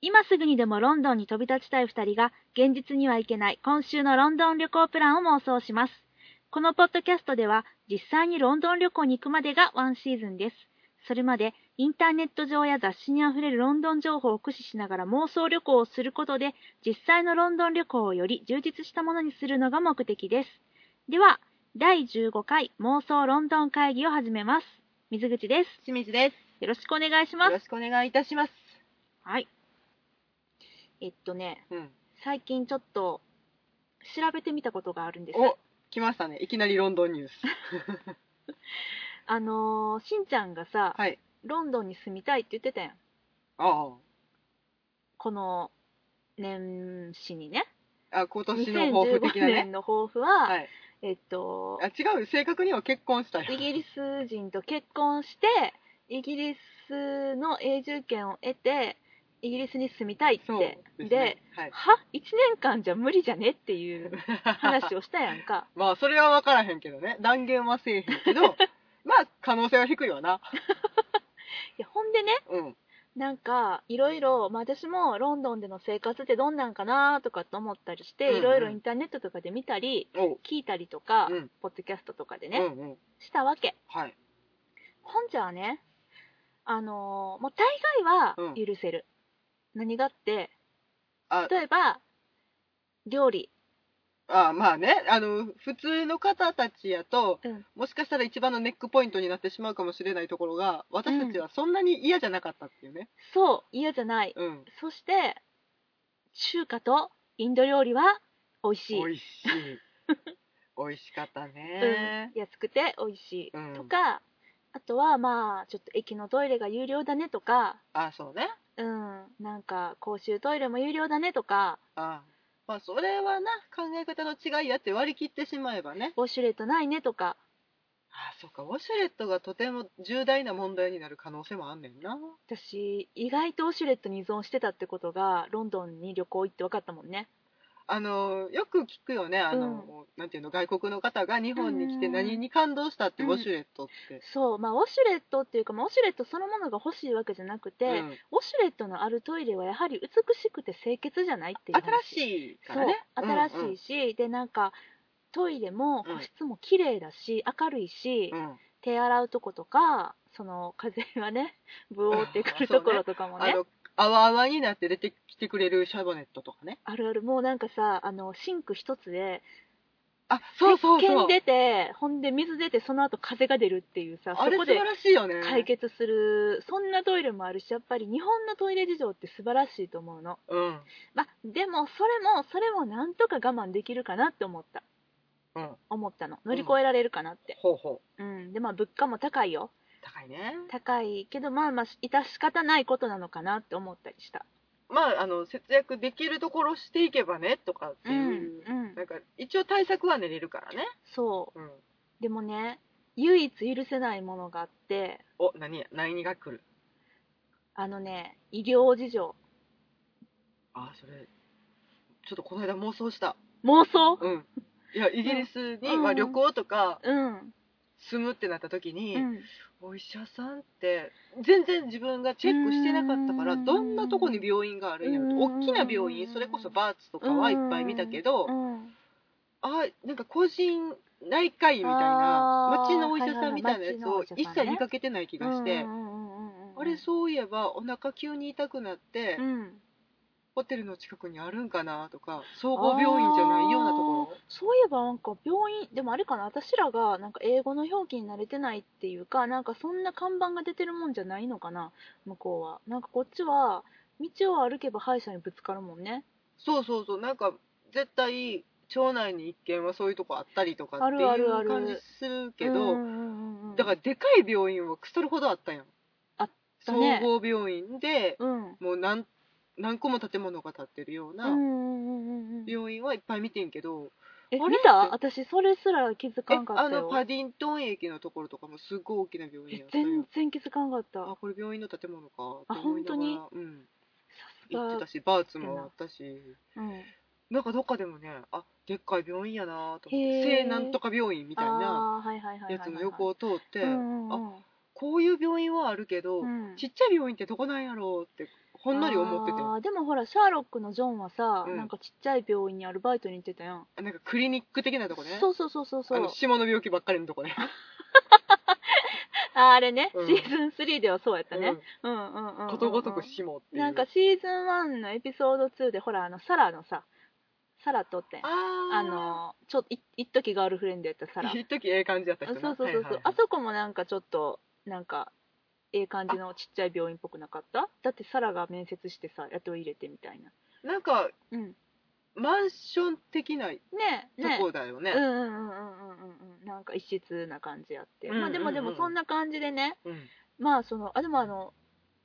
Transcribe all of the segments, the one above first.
今すぐにでもロンドンに飛び立ちたい2人が現実には行けない今週のロンドン旅行プランを妄想しますこのポッドキャストでは実際にロンドン旅行に行くまでがワンシーズンですそれまでインターネット上や雑誌にあふれるロンドン情報を駆使しながら妄想旅行をすることで実際のロンドン旅行をより充実したものにするのが目的ですでは第15回妄想ロンドン会議を始めます水口です清水です。よろしくお願いしまよろすしくお願いいたします。はいえっとねうん。最近ちょっと調べてみたことがあるんですお、来ましたね。いきなりロンドンニュース。あのーしんちゃんがさ、はい。ロンドンに住みたいって言ってたやんあこの年始にねあ。あ、今年の抱負2015的な年ね。の抱負は、はい。えっとあ、違う。正確には結婚したイい。ギリス人と結婚してイギリスの永住権を得てイギリスに住みたいってそうで,、ですね。はい。は1年間じゃ無理じゃねっていう話をしたやんか まあ、それは分からへんけどね。断言はせえへんけど、 まあ、可能性は低いわな。いやほんでねうん。なんかいろいろまあ私もロンドンでの生活ってどんなんかなとかと思ったりしてうんうんいろいろインターネットとかで見たりおう。聞いたりとか、うんポッドキャストとかでうね、んうん。したわけはい。ほんじゃあねあのーもう大概は許せる、何があってあ、例えば料理あまあね、あの、普通の方たちやと、うんもしかしたら一番のネックポイントになってしまうかもしれないところが、私たちはそんなに嫌じゃなかったっていうね。そう嫌じゃないうん。そして中華とインド料理は美味しい美味し い美味しかったうねん、安くて美味しい、うんとかあとはまあちょっと駅のトイレが有料だねとかあそうねうんなんか公衆トイレも有料だねとかあまあそれはな考え方の違いやって割り切ってしまえばねウォシュレットないねとかあそうかウォシュレットがとても重大な問題になる可能性もあんねんな私意外とウォシュレットに依存してたってことがロンドンに旅行行って分かったもんねあのよく聞くよねあの、なんていうの外国の方が日本に来てうん何に感動したってうウんォシュレットって、そうまあウォシュレットっていうか、まあ、ウォシュレットそのものが欲しいわけじゃなくて、うウんォシュレットのあるトイレはやはり美しくて清潔じゃないっていう話新しいからねそううん新しいし、でなんかトイレもうん個室も綺麗だし、明るいし、うんうん手洗うとことかその風がね ブオーってくるそうとこねろとかもねあのあわあわになって出てきてくれるシャボネットとかねあるあるもうなんかさあのシンク一つであそうそう石そ鹸う出てほんで水出てその後風が出るっていうさあそれこ素で晴らしいよね解決するそんなトイレもあるしやっぱり日本のトイレ事情って素晴らしいと思うのうんまあでもそれもそれもなんとか我慢できるかなって思ったうん思ったの乗り越えられるかなって、ほうほううん、でまあ物価も高いよ高いね高いけどまあまあ致し方ないことなのかなって思ったりしたまああの節約できるところしていけばねとかっていう、うんなんか一応対策は練れるからね、そうん、うでもね唯一許せないものがあってお何や何が来るあのね医療事情あそれちょっとこの間妄想した妄想うんいやイギリスに、うんまあ、旅行とかうん、住むってなった時に、うん、お医者さんって全然自分がチェックしてなかったかうらんどんなとこに病院があるんやろうとん大きな病院それこそバーツとかはいっぱい見たけど、うんあなんか個人内科医みたいなあー町のお医者さんみたいなやつはいはいはい町のお医を者さんね一切見かけてない気がして、うんうんうんうんうんあれそういえばお腹急に痛くなって、うんホテルの近くにあるんかなとか総合病院じゃないようなところそういえばなんか病院でもあれかな私らがなんか英語の表記に慣れてないっていうかなんかそんな看板が出てるもんじゃないのかな向こうはなんかこっちは道を歩けば歯医者にぶつかるもんねそうそうそうなんか絶対町内に一軒はそういうとこあったりとかあってるあいるあうる感じするけどうんうんうんうんだからでかい病院はくそるほどあったやんあったね総合病院でうんうんもう何何個も建物が建ってるよううなんうんうんうん病院はいっぱい見てんけど、えあれ見た私それすら気づえかんかったあのよパディントン駅のところとかもすごい大きな病院えやったよ全然気づかんかったあこれ病院の建物かとあ思いながら本うん、さす行ってがたしバーツもあったしうんなんかどっかでもねあでっかい病院やなと思ってへー西南とか病院みたいあなーはいはいはいはいはいはいやつの横を通って、うんうんうんこういう病院はあるけど、うんちっちゃい病院ってどこなんやろうってほんのり思っててあーでもほらシャーロックのジョンはさ、うんなんかちっちゃい病院にアルバイトに行ってたやん、なんかクリニック的なとこね。そうそうそうそうそうあの、下の病気ばっかりのとこね。あーあれね、うんシーズン3ではそうやったね、うん、うんうんうんうん ことごとく下っていう。なんかシーズン1のエピソード2でほらあのサラのさサラとってんああー、のちょっとい一時ガールフレンドやったサラ一時ええ感じやったあそ人うなそうそうそう、はいはいあそこもなんかちょっとなんかええ感じのちっちゃい病院っぽくなかっただってサラが面接してさ雇い入れてみたいななんか、うんマンション的なとねえねえこだよね。うんうんうんうんうんうんなんか異質な感じあって、うんうんうんまあでもでもそんな感じでねうん。まあそのあでもあの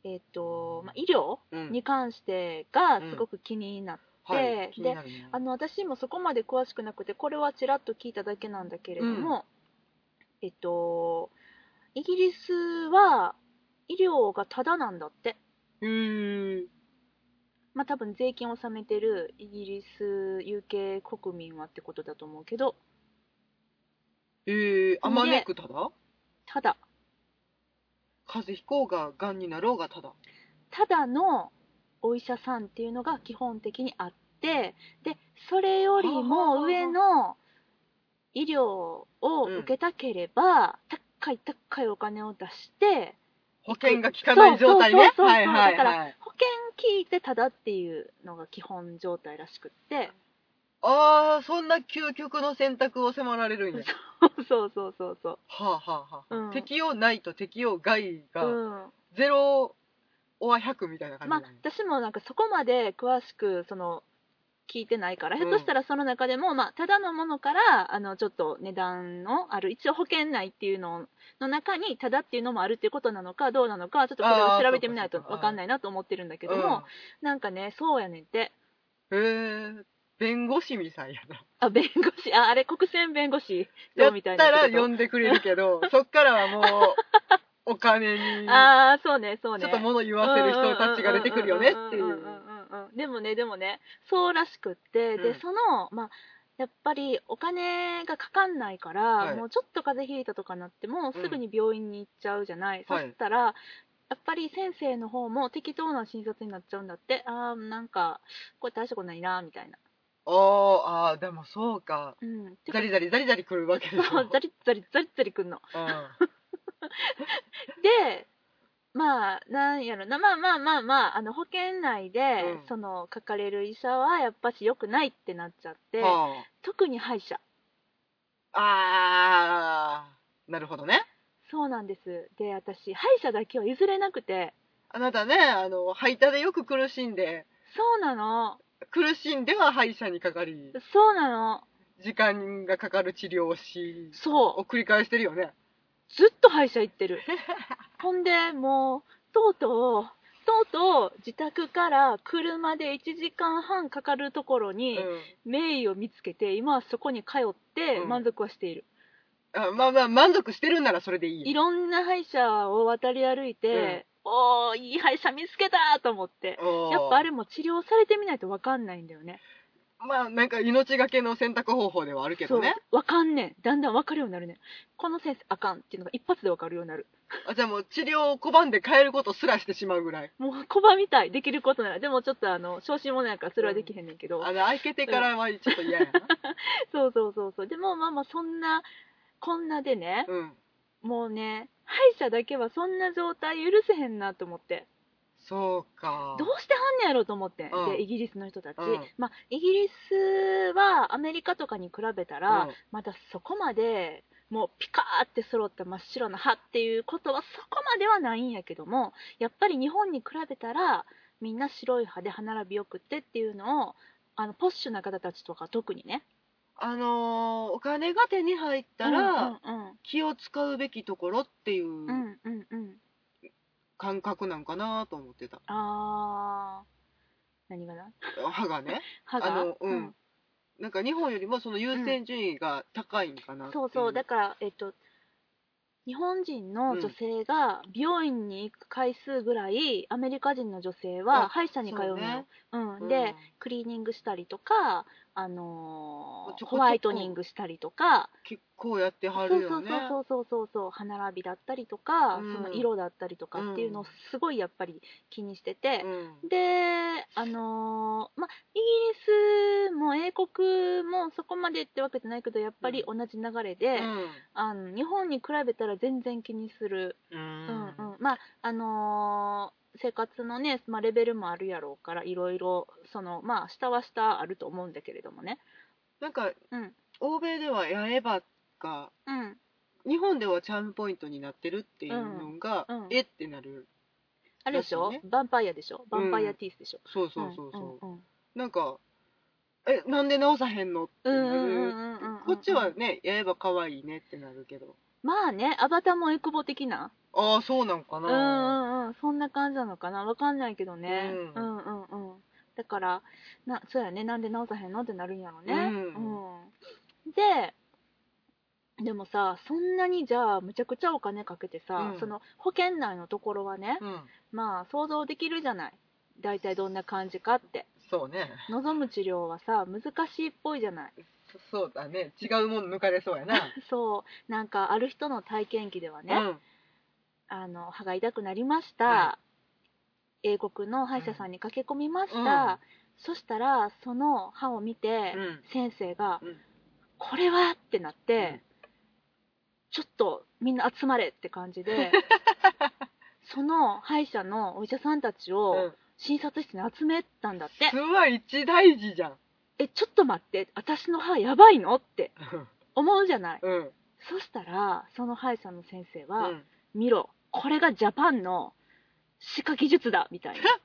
えっ、と、まあ、医療うん。に関してがすごく気になって、はいで、気になるね。あの私もそこまで詳しくなくてこれはちらっと聞いただけなんだけれども、えっとイギリスは医療がタダなんだってうーん。まあ多分税金を納めてるイギリス UK 国民はってことだと思うけどえー、あまねくただただ風邪ひこうが、癌になろうがただ。ただのお医者さんっていうのが基本的にあってでそれよりも上の医療を受けたければ、高い高いお金を出して保険が効かない状態ね。そうそうそうそうはいはいだかはいら。保険聞いてただっていうのが基本状態らしく ってあー、そんな究極の選択を迫られるんや。そうそうそうそはあはあはあ、うん適用ないと適用外う、が、うん、ゼロオア100みたいな感じまなあんや、私もなんかそこまで詳しくその聞いてないから、うんひょっとしたらその中でも、まあ、ただのものからあのちょっと値段のある一応保険内っていうのの中にただっていうのもあるっていうことなのかどうなのかちょっとこれあをー調べてみないとそうかそうか分かんないなと思ってるんだけども、なんかねそうやねんってうん、へえ弁護士みたいやなあ弁護士ああれ国選弁護士やどっうみたいたならってこ呼んでくれる けどそっからはもうお金にとああそうねそうちねょっと物言わせる人たちが出てくるよねっていんんんんうんうんでもねでもねそうらしくって、うでんそのまあやっぱりお金がかかんないから、はいもうちょっと風邪ひいたとかなってもうんすぐに病院に行っちゃうじゃない、そはいしたらやっぱり先生の方も適当な診察になっちゃうんだってあーなんかこれ大したことないなみたいな、あーあーでもそうかうん、てザかリザリザリザリ来るわけでしょそうザリッザリッザリッザリくんのうでまあなんやろなまあまあまあまああの保険内で、うんその書かれる医者はやっぱし良くないってなっちゃって、ん、は特に歯医者ああーなるほどねそうなんですで私歯医者だけは譲れなくてあなたねあの吐いたでよく苦しんでそうなの苦しんでは歯医者にかかりそうなの時間がかかる治療をしそを繰り返してるようねずっと歯医者行って るほんでもうとうとうとうとう自宅から車で1時間半かかるところうにん名医を見つけて今はそこに通ってうん満足はしている、あまあまあ満足してるんならそれでいいいよろんな歯医者を渡り歩いて、おーいい歯医者見つけたと思っておーやっぱあれも治療されてみないと分かんないんだよねまあなんか命がけの選択方法ではあるけどねそう分かんねんだんだん分かるようになるねんこの先生あかんっていうのが一発で分かるようになるあじゃあもう治療を拒んで変えることすらしてしまうぐらいもうコバみたいできることならでもちょっとあの小心者やからそれはできへんねんけど、あの開けてからはちょっと 嫌やなそうそうそうそうでもまあまあそんなこんなでね、うんもうね歯医者だけはそんな状態許せへんなと思ってそうかどうしてはんねやろうと思ってん、うんでイギリスの人たち、うんまあ、イギリスはアメリカとかに比べたら、うんまだそこまでもうピカーって揃った真っ白な歯っていうことはそこまではないんやけどもやっぱり日本に比べたらみんな白い歯で歯並びよくってっていうのをあのポッシュな方たちとか特にねあのーお金が手に入ったうらんうん気を使うべきところっていうん、ううんうんうん感覚なんかなと思ってたあー何がな歯がね歯があのうんなんか日本よりもその優先順位が高いんかなっていそうそうだからえっと日本人の女性が美容院に行く回数ぐらい、アメリカ人の女性あは歯医者に通うのそうよねう、ん、うんでクリーニングしたりとかあのーちょこちょホこワイトニングしたりとか、結構やってはそうるそようねそうそうそうそう歯並びだったりとか、うんその色だったりとかっていうのをすごいやっぱり気にしてて、で、あのーまあ、イギリスも英国もそこまでってわけじゃないけどやっぱり同じ流れで、あの日本に比べたら全然気にする、うんうんうんまああのー生活のね、まあ、レベルもあるやろうからいろいろそのまあ下は下あると思うんだけれどもねなんかうん欧米ではやればがうん日本ではチャームポイントになってるっていうのが、うんうんえってなるあれでしょらしいヴァンパイアでしょヴァンパイアティースでしょ、そうそうそうそう、うんうんなんかえなんで直さへんのってうんなうんうんうるんうんうんこっちはねやれば可愛いねってなるけどまあねアバターもエクボ的なああそうなんかうんなうんうんそんな感じなのかなわかんないけどね、う、ううんんうんだからなそうやねなんで直さへんのってなるんやろねうんうんででもさそんなにじゃあむちゃくちゃお金かけてさ、うんその保険内のところはね、うん、まあ想像できるじゃない大体どんな感じかってそうね望む治療はさ難しいっぽいじゃないそそうだね違うもん抜かれそうやなそうなんかある人の体験記で はね、うんあの歯が痛くなりました、は英国の歯医者さんに駆け込みました、うんそしたらその歯を見て、うん先生が、うんこれは!」ってなって、うんちょっとみんな集まれって感じ でその歯医者のお医者さんたちうんを診察室に集めたんだって、すごい一大事じゃん えちょっと待って私の歯やばいのって思うじゃない、うんそしたらその歯医者の先生うは、ん 見ろこれがジャパンの歯科技術だみたいな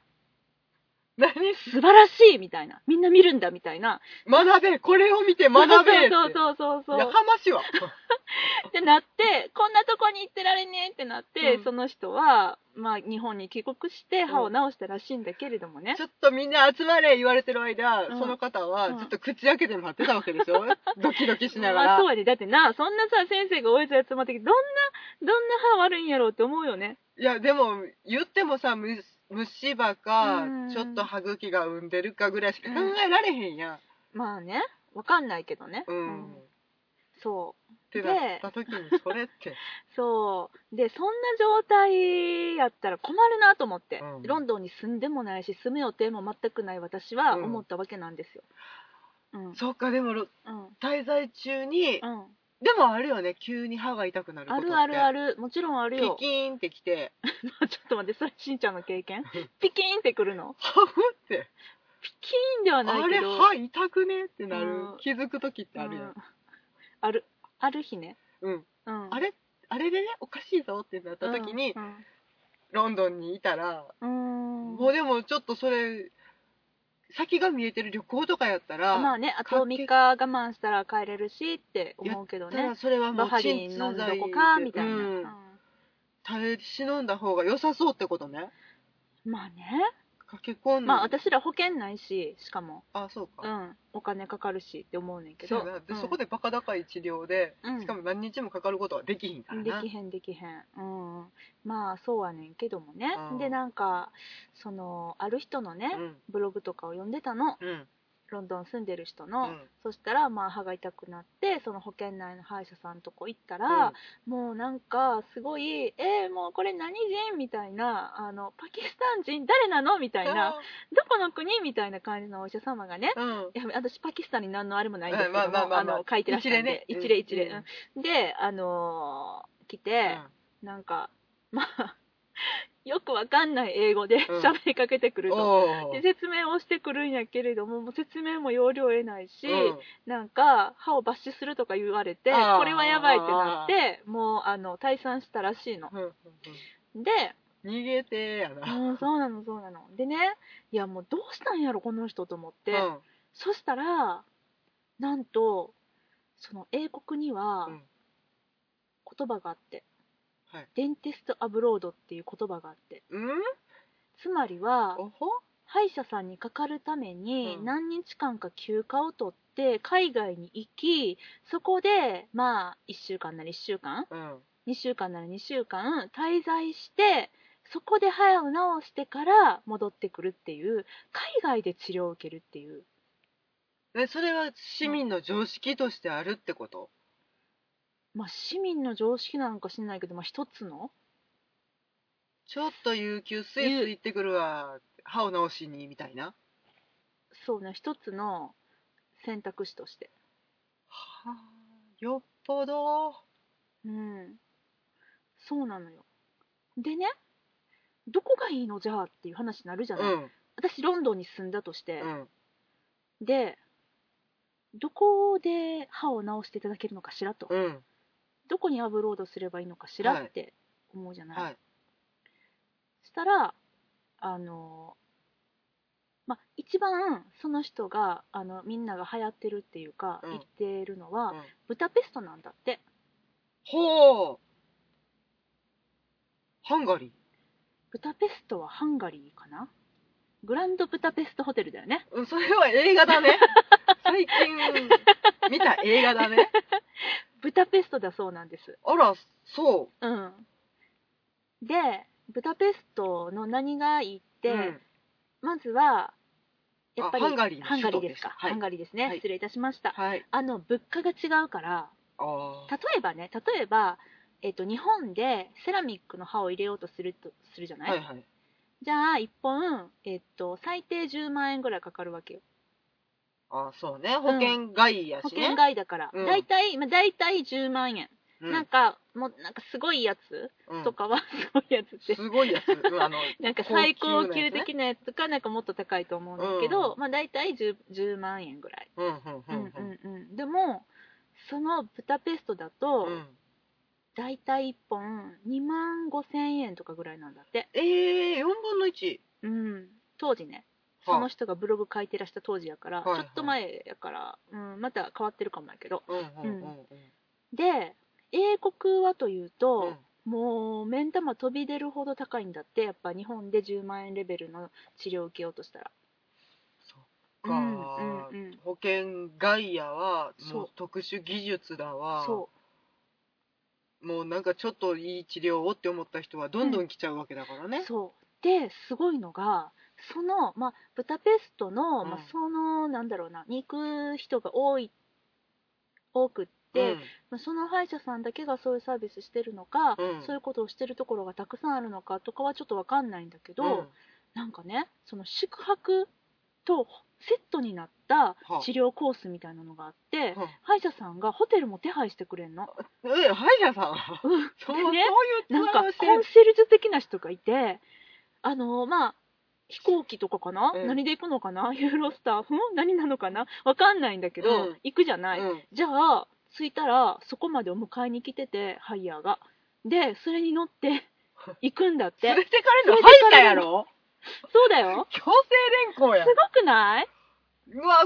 何素晴らしいみたいなみんな見るんだみたいな学べこれを見て学べってそうそうそうそうやそうかましいわってなってこんなとこに行ってられねえってなって、うんその人は、まあ、日本に帰国して歯を治したらしいんだけれどもねち、ょっとみんな集まれ言われてる間、うんその方はうんずっと口開けて待ってたわけで しょ、ドキドキしながまあら、そうやでだってなそんなさ先生がおやつやつまってきてどんなどんな歯悪いんやろうって思うよねいやでも言ってもさむ虫歯か、うんちょっと歯茎が産んでるかぐらいしか考えられへんやん、まあねわかんないけどね、うんうんそうってなった時にそれってそうでそんな状態やったら困るなと思って、うんロンドンに住んでもないし住む予定も全くない私は思ったわけなんですよ。うん、うんそっかでもろう滞在中に、んでもあるよね急に歯が痛くなることあってるあるあるるもちろんあピるよキーンってきて ちょっと待ってそれしんちゃんの経験ピキーンってくるのハフってピキーンではないあけれど歯痛くねってなる、うん気づく時ってあるやうんん、あるある日ね、うんうん、あれれあれでねおかしいぞってなった時に、ロンドンにいたらうん、うんもうでもちょっとそれ先が見えてる旅行とかやったら、まあねあと3日我慢したら帰れるしって思うけどたねだそれはもバうファリ鎮ン痛飲んど剤こかみたいな、うんう垂れ忍んだ方が良さそうってことねんまあね、駆け込んでまあ私ら保険ないししかも、あそううか、ん、お金かかるしって思うねんけそどうやなでうんそこでバカ高い治療で、うんしかも何日もかかることはできひんからでなきへんできへん、うん、まあそうはねんけどもね、うんでなんかそのある人のね、うんブログとかを読んでたのうんロンドン住んでる人うの、んそしたらまあ歯が痛くなってその保険内の歯医者さんとこ行ったら、もうなんかすごい「えー、もうこれ何人?」みたいなあの「パキスタン人誰なの?」みたいなどこの国みたいな感じのお医者様がね、うんうんいや私、パキスタンに何のあれもないんですけどうんまあまあも、まああまあの書いてらっしゃるんで、一例ね一例一例うん。うんで、あのー来て、なんか、まあ、 よくわかんない英語でうん喋りかけてくると。おでー説明をしてくるんやけれども、もう説明も要領を得ないし、うんなんか、歯を抜歯するとか言われて、あーこれはやばいってなって、もう、あの、退散したらしいの。うんうんで、うん逃げてーやな、うん、そうなの、そうなの。でね、いや、もうどうしたんやろ、この人と思って。うんそしたら、なんと、その英国にはうん言葉があって、はいデンティスト・アブロードっていう言葉があって、うんつまりは、おほ歯医者さんにかかるためにうん何日間か休暇を取って海外に行き、そこで、まあ、1週間なら1週間、うん2週間なら2週間滞在して、そこで歯を治してから戻ってくるっていう、海外で治療を受けるっていう。えそれは市民の常識としてあるってこと、まあ、市民の常識なのか知んないけど、まあ、一つのちょっと有給スイス行ってくるわ歯を直しにみたいなそうね一つの選択肢としてはあよっぽどうんそうなのよでねどこがいいのじゃあっていう話になるじうゃない、ん私ロンドンに住んだとして、うんでどこで歯を治していただけるのかしらと、うんどこにアップロードすればいいのかしらはいって思うじゃない、はいしたらあのまあ一番その人があのみんなが流行ってるっていうか、うん言ってるのは、うんブダペストなんだってほうハンガリーブダペストはハンガリーかなグランドブダペストホテルだよねうんそれは映画だね最近見た映画だねブダペストだそうなんですあらそううんでブダペストの何がいいって、うんまずはやっぱりあハンガリーのハンガリー首都ですか、ですはいハンガリーですね、はい失礼いたしました、はいあの物価が違うからあ例えばね例えば、えっと日本でセラミックの刃を入れようとするとするじゃあない、はいはいじゃあ1本、えっと最低10万円ぐらいかかるわけよあそうね保険外や保しね、険外だから、うんだいたいまあ大体10万円、うんなんかもうなんかすごいやつうんとかは、すごいやつってすごいやつ、うんあのなんか最高なや級つね的なやつとかなんかもっと高いと思うんだけど、うまあ大体 10, 10万円ぐらい、うんうんううん んううんんうん、でもそのブダペストだと、うんだいたい1本2万5千円とかぐらいなんだってええー、4分の1うん、当時ね、その人がブログ書いてらした当時やから、はいはいちょっと前やから、うん、また変わってるかもやけど、うんうんうんで、英国はといううんうとん、もう目ん玉飛び出るほど高いんだって、やっぱ日本で10万円レベルの治療を受けようとしたら。そっうかんー、うんうん、保険外野はそうもう特殊技術だわそもうなんかちょっといい治療をって思った人はどんどん来ちゃうわけだからう、ね、そう。で、すごいのが、その、まあ、ブダペストの、うんまあ、その、なんだろうな、に行く人が多い、多くって、うんまあその歯医者さんだけがそういうサービスしてるのか、うんそういうことをしてるところがたくさんあるのかとかはちょっとわかんないんだけど、うんなんかねその宿泊とセットになったは治療コースみたいなのがあって、は歯医者さんがホテルも手配してくれんの。え歯医者さんはうんそう,、でねそうないうんツアかーコをンしてるシェルジュ的な人がいてあのまあ飛行機とかかな、うん何で行くのかなユーロスターふん何なのかなわかんないんだけど、うん行くじゃない、うんじゃあ着いたらそこまでお迎えに来ててハイヤーがでそれに乗って 行くんだっ連てれてかれるの連歯れ医てか者れやるろそうだよ強制連行すやごくないうわ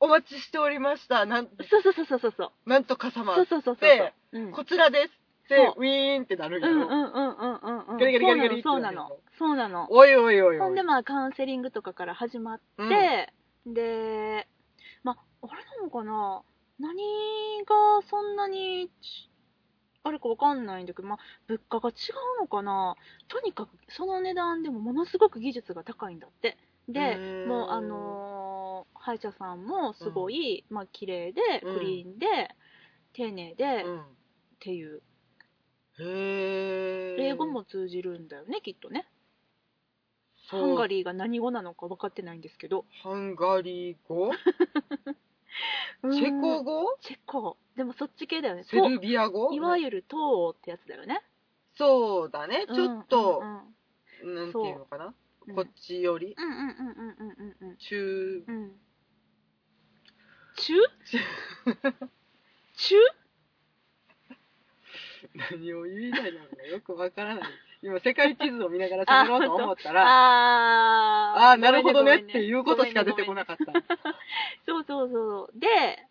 お待ちしておりましたなんそうそうそうそうそうそうなんとか様そうそうそうそうでうんこちらですそうでウィーンってなるんうやんうんろ、うんうんうんうんガリガリガリガリそうなってなるのよそうなのそうおいおいおいなのほおんいでまあカウンセリングとかから始まっうんて、でまああれなのかな何がそんなにちあれかわかんないんだけど、まあ、物価が違うのかなとにかくその値段でもものすごく技術が高いんだってでへーもうあのー歯医者さんもすごい、まあ綺麗でうんクリーンで、丁寧で、っうんていうへえ英語も通じるんだよねきっとねそうハンガリーが何語なのか分かってないんですけどハンガリー語チチェコ語チェコでもそっち系だよねセルビア語といわゆる東欧ってやつだよねそうだねちょっとうんうんなんていうのかなうんこっちよりうんうんうんうんうんうんうん中うんうん中中中何を言いたいのかよくわからない今世界地図を見ながら喋ろうと思ったらあーああーなるほどごねめんっていうことしか出てこなかったそうそうそう。で、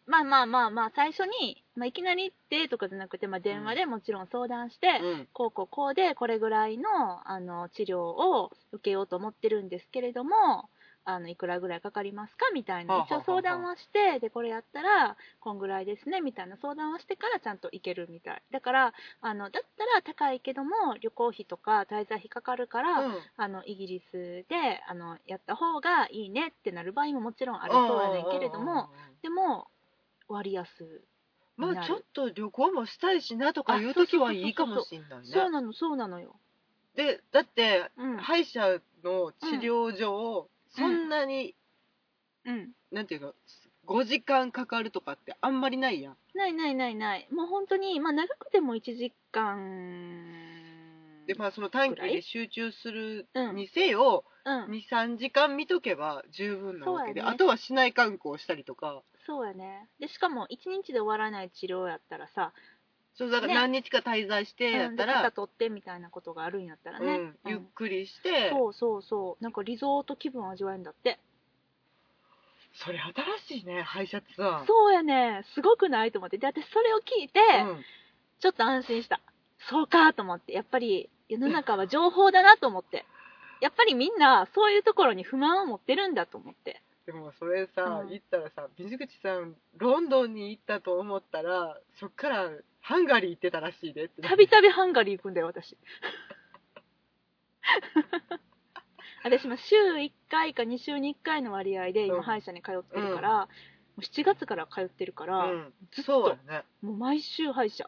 まあまあまあまあ、最初に、まあ、いきなり行ってとかじゃなくて、まあ、電話でもちろん相談して、うんこうこうこうでこれぐらいのあの治療を受けようと思ってるんですけれどもあのいくらぐらいかかりますかみたいはあなはあ一応相談はしてでこれやったらこんぐらいですねみたいな相談をしてからちゃんと行けるみたいだからあのだったら高いけども旅行費とか滞在費かかるから、うんあのイギリスであのやった方がいいねってなる場合ももちろんありそうやねんけれどうんうんうんうんもでも割安まなるあちょっと旅行もしたいしなとかいう時はいいかもしんないねそうなのそうなのよ、でだってうん歯医者の治療上、そんなに、うん、なんていうの5時間かかるとかってあんまりないやんないないないないもう本当にまあ長くても1時間でまあその短期ぐらでい集中するうんにせよ、うん23時間見とけば十分なわけで、そうやねあとは市内観光したりとかそうやねでしかも1日で終わらない治療やったらさ、そうだかねら何日か滞在してやうっん、たでら、肩取ってみたいなことがあるんやったらうんね、うんゆっくりして、そうそうそうなんかリゾート気分味わえるんだってそれ新しいね歯医者ツアーそうやねすごくないと思ってで私それを聞いて、うんちょっと安心したそうかと思ってやっぱり世の中は情報だなと思ってやっぱりみんなそういうところに不満を持ってるんだと思ってでもそれさ、うん行ったらさ水口さんロンドンに行ったと思ったらそっからハンガリー行ってたらしいでってたびたびハンガリー行くんだよ、 私。私、まあ週1回か2週に1回の割合でうん今、歯医者に通ってるから、もう7月から通ってるかうら、んずっとそうやねもう毎週歯医者。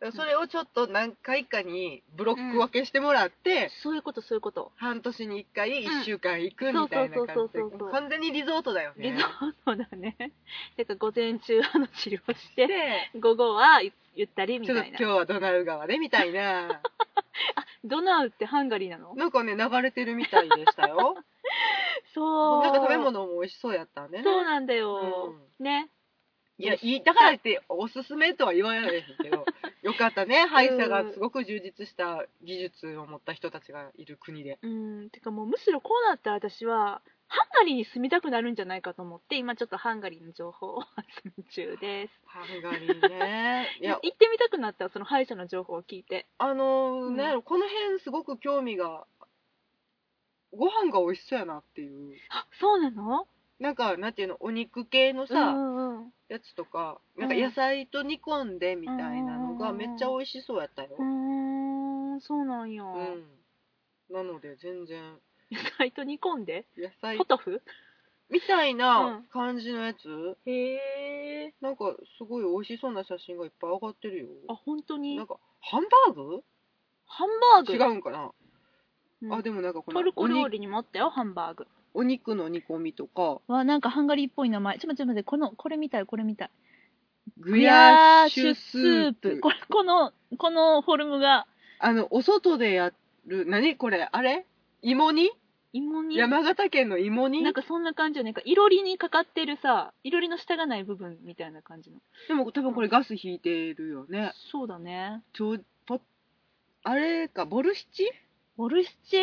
だからそれをちょっと何回かにブロック分けしてもらって、そういうこと、そういうこと。半年に1回うん1週間行くみたいなそう感じそうでそうそうそう完全にリゾートだよねリゾートだね。 だから午前中あの治療して、で午後はゆゆったりみちたょっとい今な日。はドナウ川でみたいなドナウってハンガリーなのなん かね流れてるみたいでしたよそう。 なんか食べ物も美味しそうやったんでねそうなんだよ。ね。いや、いいだからっておすすめとは言わないですけ ど、よかったね、歯医者がすごく充実した技術を持った人たちがいる国で。うん、てかもうむしろこうなったら私は、ハンガリーに住みたくなるんじゃないかと思って、今ちょっとハンガリーの情報を集め中です。ハンガリーね。いいやや、行ってみたくなったら、その歯医者の情報を聞いて。あのーうんなんやろ、この辺すごく興味が、ご飯が美味しそうやなっていう。あ、そうなのなんか、なんていうの、お肉系のうさ、んうんうんやつとか、んなんか野菜と煮込んでみたいなのがうんめっちゃ美味しそうやったよ。うーん、そうなんや。うん。なので、全然、野菜と煮込んで、野菜ポトフみたいうなん感じのやつ、へえ。なんかすごい美味しそうな写真がいっぱい上がってるよ。あ、本当になんかハンバーグハンバーグ違うんかな、うんあでもなんかこのトルコお料に理にもあったよ、ハンバーグ。お肉の煮込みとかわ、なんかハンガリーっぽい名前。ちょっと待って、ちょっと待って、この、これみたい、これみたい。グヤッシュスープこれこの、このフォルムが、あのお外でやる何これあれ芋煮芋に、山形県の芋煮なんかそんな感じよね。なんか、いろりにかかってるさ、いろりの下がない部分みたいな感じの。でも多分これガス引いてるよねそうだね。ちょポあれかボルシチボルシチ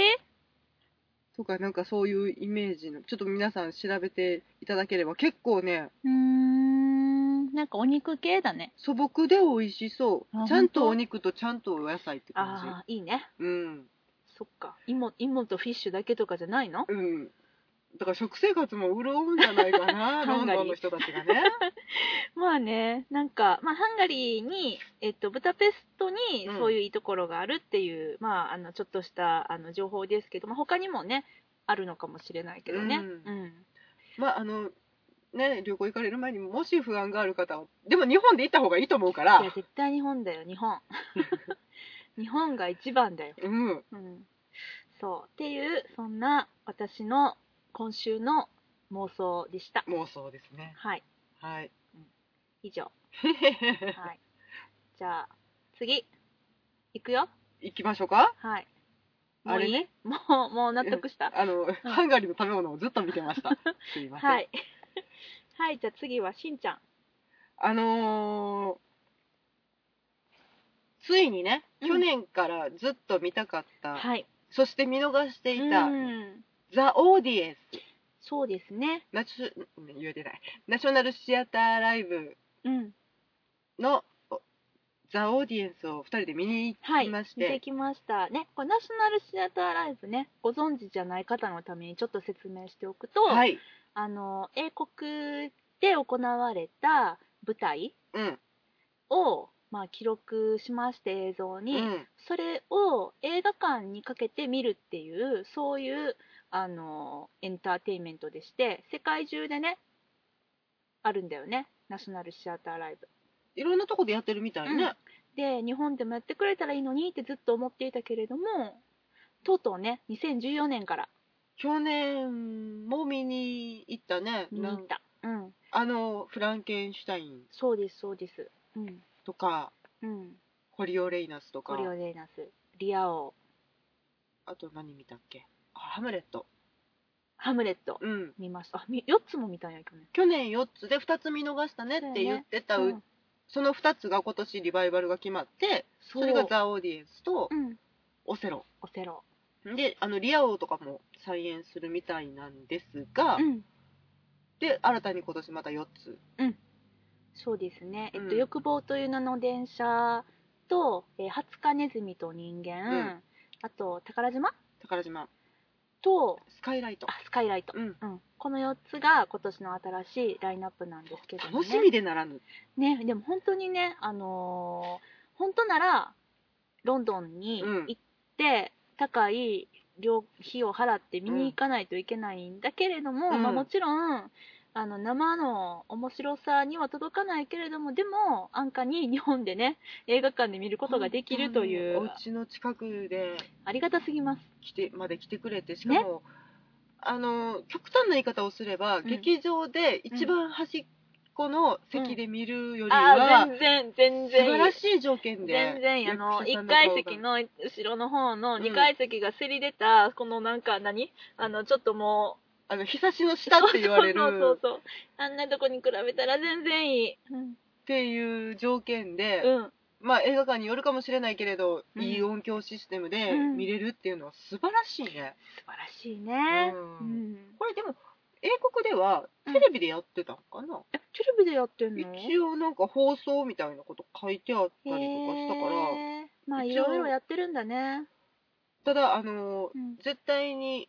とかなんかそういうイメージのちょっと皆さん調べていただければ結構ねうーん、なんかお肉系だね。素朴で美味しそあうちゃんほんととお肉とちゃんとお野菜って感じああ、いいね。うん。そっか。芋、芋とフィッシュだけとかじゃないのうん。だから食生活も潤うんじ ゃないかな、ロハンンガリードンの人たちがね。まあね、なんか、まあ、ハンガリーに、えっと、ブダペストにうんそういういいところがあるっていう、まあ、あの、ちょっとした、あの、情報ですけど、まあ、他にもね、あるのかもしれないけどね。うんうんまあ、あの、ね、旅行行かれる前にもし不安がある方は、でも日本で行った方がいいと思う かいやら、絶対日本だよ日 本日本が一番だよ、うん。うん、そうっていうそんな私の今週の妄想でした妄想ですね。はいはい。以上はいじゃあ次いくよ 行きましょうかはいもあうれいいね。もうもう納得したあの、ハンガリーの食べ物をずっと見てま した。すいません。はいはいじゃあ次はしんちゃんあのーついにね、うん去年からずっと見たかった、はいそして見逃していた、うんザ・オーディエンス。そうですねナチュ、ん言えてない。ナショナルシアターライブうんのおザ・オーディエンスを2人で見に行はきい、まし見てて、きました。ね、これナショナルシアターライブね、ご存知じゃない方のためにちょっと説明しておくと、はい、あの、英国で行われた舞台うん、を、まあ、記録しまして映像うに、ん、それを映画館にかけて見るっていうそういうあのエンターテインメントでして世界中でねあるんだよねナショナルシアターライブいろんなとこでやってるみたいね。で日本でもやってくれたらいいのにってずっと思っていたけれどもとうとうね2014年から去年も見に行ったね。見に行ったうんあの、フランケンシュタインそうですそうですうんとか、うんコリオレイナスとコか、リオデーナスリア王あと何見たっけあハムレット。ハムレットうん。見ましたあみ4つも見たんや去年去年4つで2つ見逃したねって言ってたう、うんその2つが今年リバイバルが決まって、そそれがザ・オーディエンスとうんオセロ。オセロで、あの、リア王とかも再演するみたいなんですが、うんで、新たに今年また4つ。そうですね、えっとうん欲望という名の電車と、えー、ハツカネズミと人間、うんあと宝島宝島、とスカイライトあ。スカイライト、うん。うん、この4つが今年の新しいラインナップなんですけどもね楽しみでならぬ。ねでも本当にねあのー本当ならロンドンにうん行って、高い料費を払って見に行かないといけないんだけれども、うんまあ、もちろんあの生の面白さには届かないけれどもでも安価に日本でね映画館で見ることができるとい本う当にお家の近くでありがたすぎます。来てまで来てくれてしかも、あの極端な言い方をすれば、ん劇場で一番端っこの席で見るよりは、あー全然全素晴ら然しい条件で全然あの1役者さん階顔が席の後ろの方のうん2階席がせり出た、このなんか何あのちょっともうあの日差しの下って言われ るそうそうそうそうあんなとこに比べたら全然いいうん、っていう条件で、うんまあ映画館によるかもしれないけれど、うんいい音響システムでうん見れるっていうのは素晴らしいね、素晴らしいねうんうんこれでも英国ではうテんレビでやってたのかな、えテレビでやってんの一応なんか放送みたいなこと書いてあったりとかしたから、へーまあい一応ろいろやってるんだね、ただあのーうん、絶対に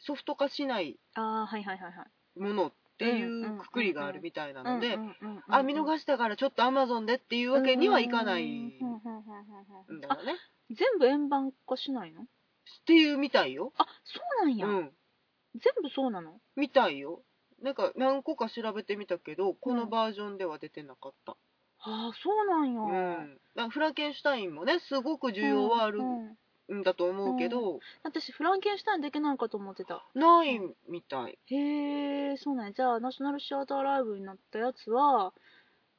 ソフト化しないああはいはいはいはいものっていんうんうんううんうくくりがあるみたいなので、うんうんうんうんあ見逃したからちょっとアマゾンでっていうわけにはいかないうんうんんうんうんうんうんだあよね。全部円盤化しないのっていうみたいよ。あそうなんうや、ん、全部そうなのみたいよ。なんか何個か調べてみたけどこのバージョンでは出てなかった、ああそうなんや、うんだからフランケンシュタインもねすごく需要はあるうんうんんだと思うけど、私フランケンシュタインだけなんかと思ってたないみたいへえそうなんやじゃあナショナルシアターライブになったやつは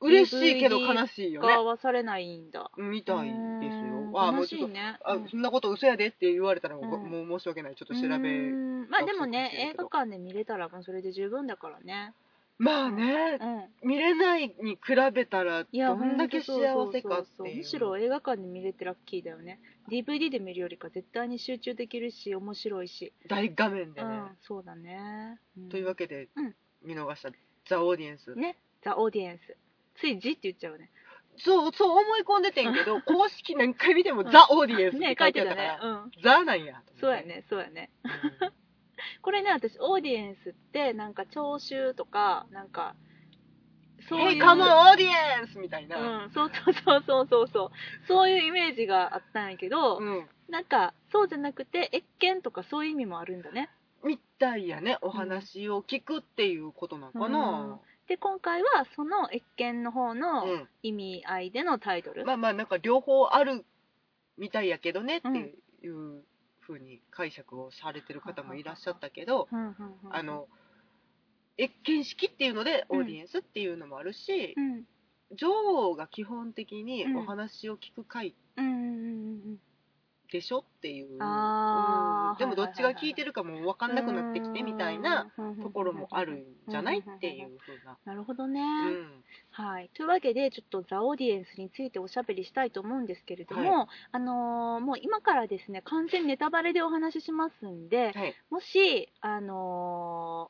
嬉しいけど悲しいよねが合わされないんだみたいでうすよー。んあ、も悲うしちょいっと、ねあうん、そんなこと嘘やでって言われたらもう、うんもう申し訳ない。ちょっと調うべ。ーんまあでも直してほしいね映けど画館で見れたらもうそれで十分だからねまあね、うん見れないに比べたら、いやどんだけ幸せかってほんとそうそうそうそういう。むしろ映画館で見れてラッキーだよね DVD で見るよりか絶対に集中できるし面白いし、大画面でうね。んそうだね、というわけけで、うん見逃した。ザ・オーディエンス、ねザ・オーディエンスつい「じ」って言っちゃうねそうそう思い込んでてん けど公式何回見てうもんザ・オーディエンスっねて書書いいててたあったかねら、うんザなんやそうやねそうやねうんこれね私オーディエンスってなんか聴衆とかなんかそうい「えう、カモンオーディエンス!」みたいな、うん、そうそうそうそうそうそうそういうイメージがあったんやけど、うんなんかそうじゃなくて越見とかそういう意味もあるんだねみたいやねお話を聞くっていうことなのかな、で今回はその越見の方うのん意味合いでのタイトル、まあまあなんか両方あるみたいやけどねっていうふうに解釈をされてる方もいらっしゃったけど、うんうんうんあ、の越見式っていうのでオーディエンスっていうのもあるしう、ん、女王が基本的にお話を聞く回うんうんうんでしょっていう、あーうんでもどっちが聞いてるかも分かうんんなくなってきてみたいなところもあるうんうんうんんじゃないっていうふうな。なるほどね、うんはい、というわけでちょっとザ・オーディエンスについておしゃべりしたいと思うんですけれども、あのーもう今からですね完全ネタバレでお話ししますんではいもし、あの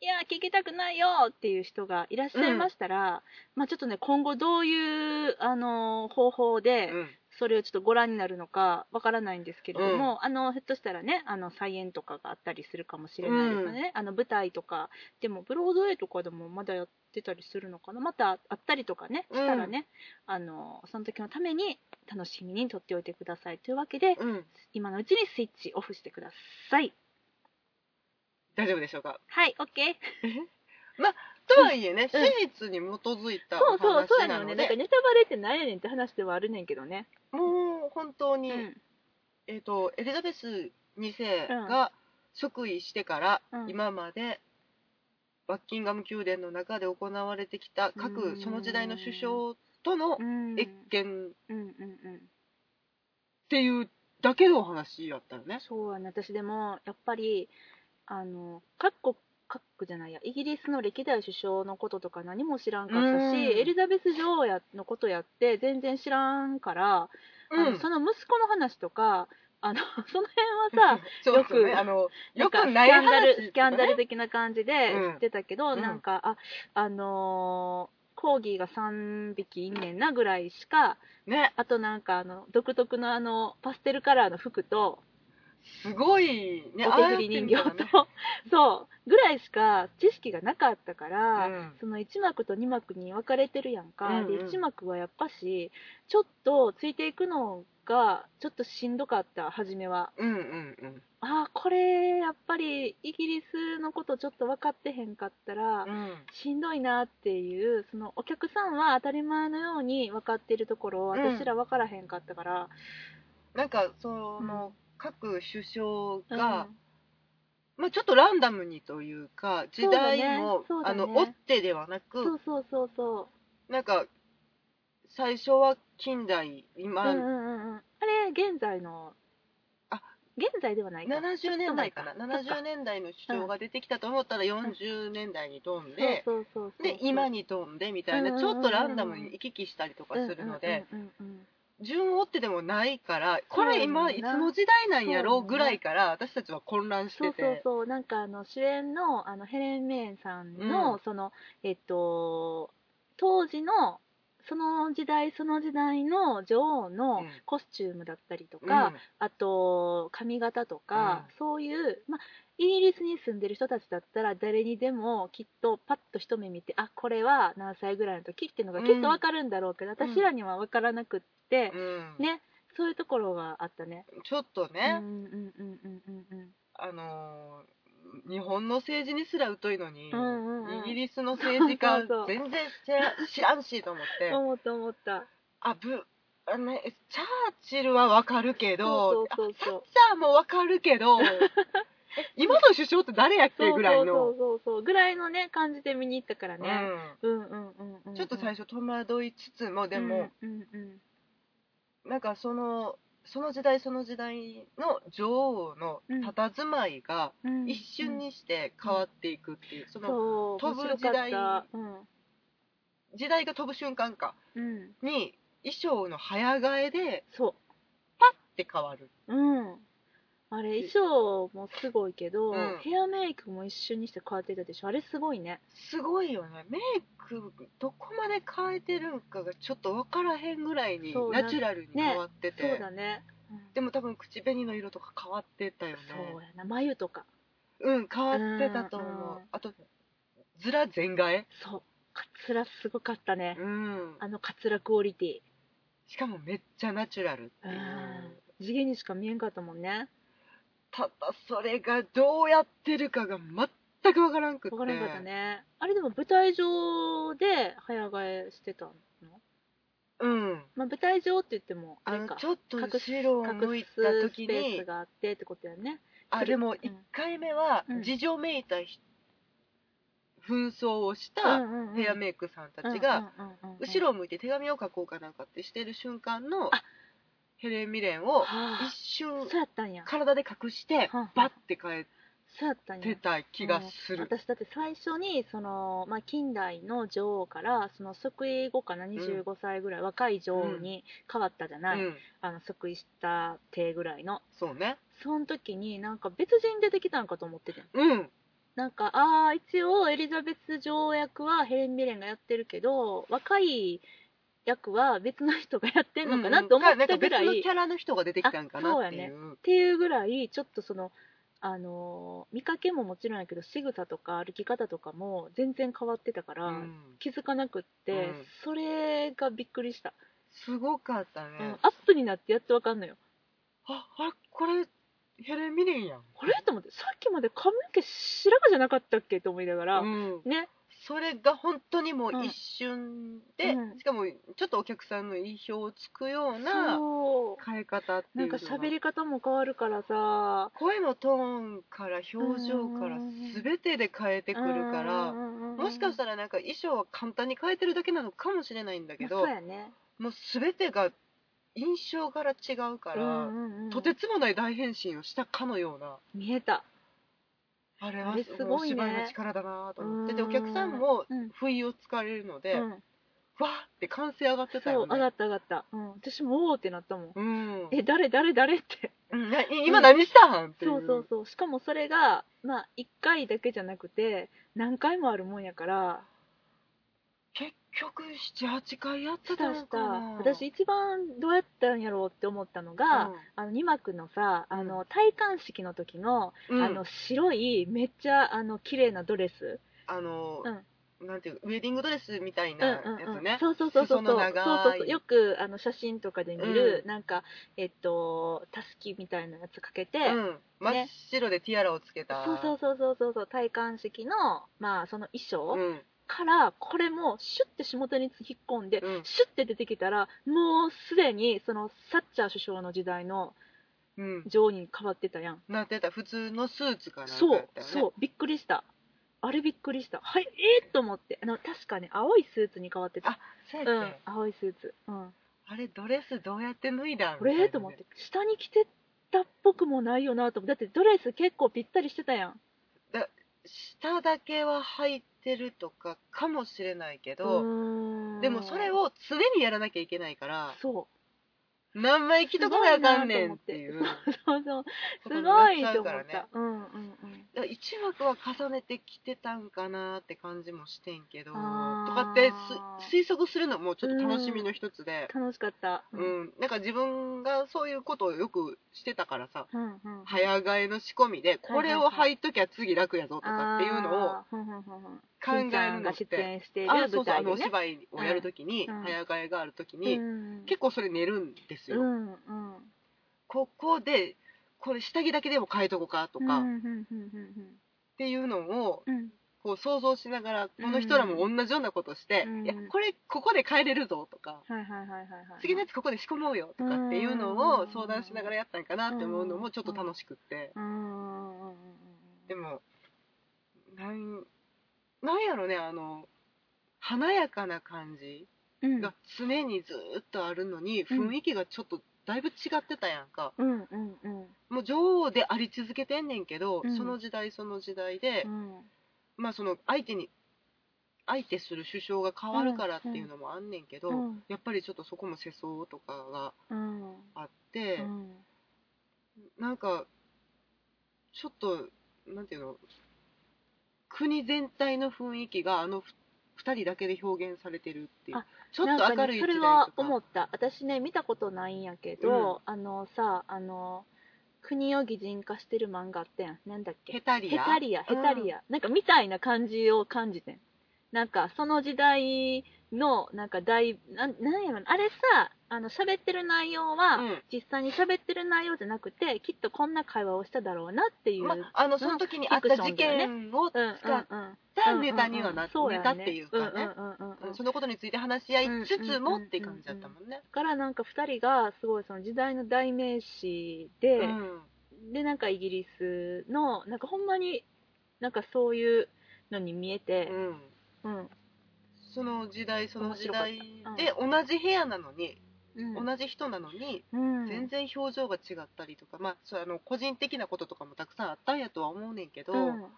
いやー聞きたくないよっていう人がいらっしゃいましたら、まあちょっとね今後どういうあのー方法でうんそれをちょっとご覧になるのかわからないんですけれども、あのひょっとしたらねあの再演とかがあったりするかもしれないですよね、あの舞台とかでもブロードウェイとかでもまだやってたりするのかなまたあったりとかねしたらね、あのその時のために楽しみにとっておいてくださいというわけでうん、今のうちにスイッチオフしてください大丈夫でしょうかはい OK とはいえね、史実に基づいたそおうそうそうやね話なんよのねだからでネタバレってなんやねんって話ではあるねんけどねもう本当うに、んえっ、とエリザベス2世が即位してからうん今までバッキンガム宮殿の中で行われてきたう各んその時代の首相とのうん謁見っうんうんうんていうだけのお話やったよね。そうやね私でもやっぱりあの各国各国じゃないやイギリスの歴代首相のこととか何も知らんかったし、うんエリザベス女王やのことやって全然知らんから、あのその息子の話とかあの その辺はさ そうですよねよくあのなんよかくない話スキャンダルスキャンですよねダル的な感じでうん知ってたけど、うんなんかああのーコーギーが3匹いんねんなぐらいしかねあとなんかあの独特のあのパステルカラーの服とすごいねお手振り人形と、そうぐらいしか知識がなかったかああら、いうのがねその1幕と2幕に分かれてるやんか、うんうんで1幕はやっぱしちょっとついていくのがちょっとしんどかった初めはうん、うんうんうんああこれやっぱりイギリスのことちょっと分かってへんかったら、うんしんどいなっていうそのお客さんは当たり前のように分かってるところを私ら分からへんかったから、なんかその、各首相うが、んまあ、ちょっとランダムにというか時代も、そうだあねそうだねの追ってではなくそうそうそうそうなんか最初は近代今、うんうんうんうん、あれ現在のあ現在ではないか70年代かなちょっと70年代の首相が出てきたと思ったら40年代に飛ん前で、そうそうそうそうで今に飛んでみたいな、うんうんうんちうんょっとランダムに行き来したりとかするので、うんうんうんうん順を追ってでもないからそうこやねれんな今いつの時代なんやろそうやねんうなぐらいから私たちは混乱しそてうそうてそうなんかあの主演のあのヘレン・メインさんの、うんそのえっと当時のその時代その時代の女王うのんコスチュームだったりとうんか、あと髪型とか、うんそういう、まあ、イギリスに住んでる人たちだったら誰にでもきっとパッと一目見てあこれは何歳ぐらいの時っていうのがきっとわかるんだろうけど、私らにはわからなくって、うんねそういうところがあったね。ちょっとうんうね、んうんうんうんうんあのー日本の政治にすら疎いのに、うんうんうんイギリスの政治家そうそうそう全然知ら知らんしと思って、思った思った。あぶあのねチャーチルはわかるけどそうそうそうそうあサッチャーもわかる けどえ今の首相って誰やっそうけぐらいそのうそうそうぐらいのね感じで見に行ったからね。うんうんうんうんうん、うんちょっと最初戸惑いつつもでも、うんうんうんなんかそのその時代その時代の女王の佇まいがうん一瞬にして変わっていくっていう、そのそう飛ぶ面白かった時代うん時代が飛ぶ瞬間かうん、に衣装の早替えでそうって変わるうん。あれ、衣装もすごいけど、うんヘアメイクも一瞬にして変わってたでしょ。あれすごいね。すごいよねメイクどこまで変えてるんかがちょっと分からへんぐらいにそうナチュラルに変わってて、そうだね。うんでも多分口紅の色とか変わってたよねそうやな。眉とか。うん変わってたと思うんううんあとずら全替えそう。カツラすごかったね。うんあのカツラクオリティ。しかもめっちゃナチュラルっていううん地毛にしか見えんかったもんね。ただそれがどうやってるかが全くわからんくってわからんかったね。あれでも舞台上で早替えしてたのうんまあ舞台上って言っても、ああれのか。ちょっと隠す後ろを向いた隠す時スペーにスがあってってことやね。あでうもん1回目はうん自助めいたひ紛争をしうたんうんうんヘアメイクさんたちが、うんうんうんうん後ろを向いて手紙を書こうかなんかってしてる瞬間のヘレン・ミレンをは一あ瞬そうやったんや。体で隠してはあバッて変えそうやったんやて。た気がする。私だって最初にその、まあ、近代の女王からその即位後かな25歳ぐらい、若い女王に変わったじゃない、うん、あの即位したてぐらいのそうねその時になんか別人出てきたんかと思っててうんなんかああ一応エリザベス条約はヘレン・ミレンがやってるけど若い役は別の人がやってんのかなと思っうんうんたぐらい、なんか別のキャラの人が出てきたんかなっていうっていうぐらいちょっとそのあのー見かけももちろんやけど仕草とか歩き方とかも全然変わってたから、うん気づかなくって、うんそれがびっくりした、すごかったね、うんアップになってやっとわかんのよああれこれヘレン・ミレンやんあれと思ってさっきまで髪の毛白髪じゃなかったっけと思いながら、うんねそれが本当にもうんう一瞬で、うんしかもちょっとお客さんの意表をつくようなそう変え方っていなうんのかが喋り方も変わるからさ声のトーンから表情からうん全てで変えてくるから、もしかしたららなんか衣装は簡単に変えてるだけなのかもしれないんだけどそうやねもう全てが印象柄違うから、うんうんうんとてつもない大変身をしたかのような見えたあれはあれすごいねもう芝居の力だなと思ってでうんお客さんもうん不意をつかれるので、うわんーって歓声上がってたそうよ上がね。った上がった、うん、私もおおってなったもんうん、え誰誰誰ってうんな今何したんっていうそうそうそうしかもそれがまあ1回だけじゃなくて何回もあるもんやから結局78回やってしたたのしかたな私一番どうやったんやろうって思ったのが、あの2幕のさあの戴冠式の時の、うんあの白いめっちゃあの綺麗なドレスあの、なんていうウェディングドレスみたいなやうんうんうつんね、そうそうそうそう裾そのう長いそうそうよくあの写真とかで見る、うなんかえっとたすきみたいなやつかけて、うん、真っ白でティアラをつけた、そうそうそうそうそうそう戴冠式のまあその衣装、うん、からこれもシュッて下手に引っ込んで、うんシュッて出てきたらもうすでにそのサッチャー首相の時代のうん、女王に変わってたやん、なってた普通のスーツかなんかそやうったよねそうびっくりしたあれびっくりしたはいえー、と思ってあの確かね青いスーツに変わってたあそううやっんて、青いスーツうんあれドレスどうやって脱いだんこれ、と思って下に着てたっぽくもないよなと思ってだってドレス結構ぴったりしてたやん下だけは履いてるとかかもしれないけうど、ーんでもそれを常にやらなきゃいけないからそう何枚着とかなあかんねんっていうそう そうすごことになっいちゃとう思かっらたね、うんうんうんだから一幕は重ねてきてたんかなって感じもしてんけどとあーかってす推測するのもちょっと楽しみの一つで、楽しかった。うんなんか自分がそういうことをよくしてたからさうんうん。早替えの仕込みでこれを履いときゃ次楽やぞとかっていうのをあーふんふんふんふん考えしんちゃるんのがっ出て。演しているあ舞そうそうあ台のでおね。芝居をやるときに、うん早替えがあるときに、うん結構それ寝るんですよ、うんうん。ここでこれ下着だけでも変えとこかとか、うんっうんうんうんていうのをうんうん。こう想像しながらこの人らも同じようなことして、うんいやこれここで変えれるぞとか、はいはいはいはいはい。次のやつここで仕込もうよとかっていうのを相談しながらやったんかなって思うのもちょっと楽しくって、うんうんうんうんでもなんなんやろねあの華やかな感じうん。うんが常にずーっとあるのにうん雰囲気がちょっとだいぶ違ってたやんか、うんうんうんもう女王であり続けてんねんけど、うんその時代その時代でう、ん。まあその相手に相手する首相が変わるからっていうのもあんねんけど、うんやっぱりちょっとそこも世相とかがうんあって、うん。なんかちょっとなんていうの国全体の雰囲気があの2人だけで表現されてるっていうあちょっと明るいなんかねそ時代とかれは思った私ね見たことないんやけど、あのさあの国を擬人化してる漫画あってんなんだっけヘタリアヘタリアヘタリア、なんかみたいな感じを感じてんなんかその時代のなんか大なんなんやろなあれさあの喋ってる内容は、うん実際に喋ってる内容じゃなくてきっとこんな会話をしただろうなっていう、まあ、あのその時にあった事件をうんうん使ったネタにはなっそうネやタねっていうかね、うんうんうんうんうんそのことについて話し合いつつうんうんうんうんもって感じだったもんね。からなんか2人がすごいその時代の代名詞で、うんでなんかイギリスのなんかほんまになんかそういうのに見えて、うんうんその時代その時代面白かっで同じ部屋なのに、うん同じ人なのにうん、全然表情が違ったりとか、まあ、そうあの個人的なこととかもたくさんあったんやとは思うねんけど、うんうん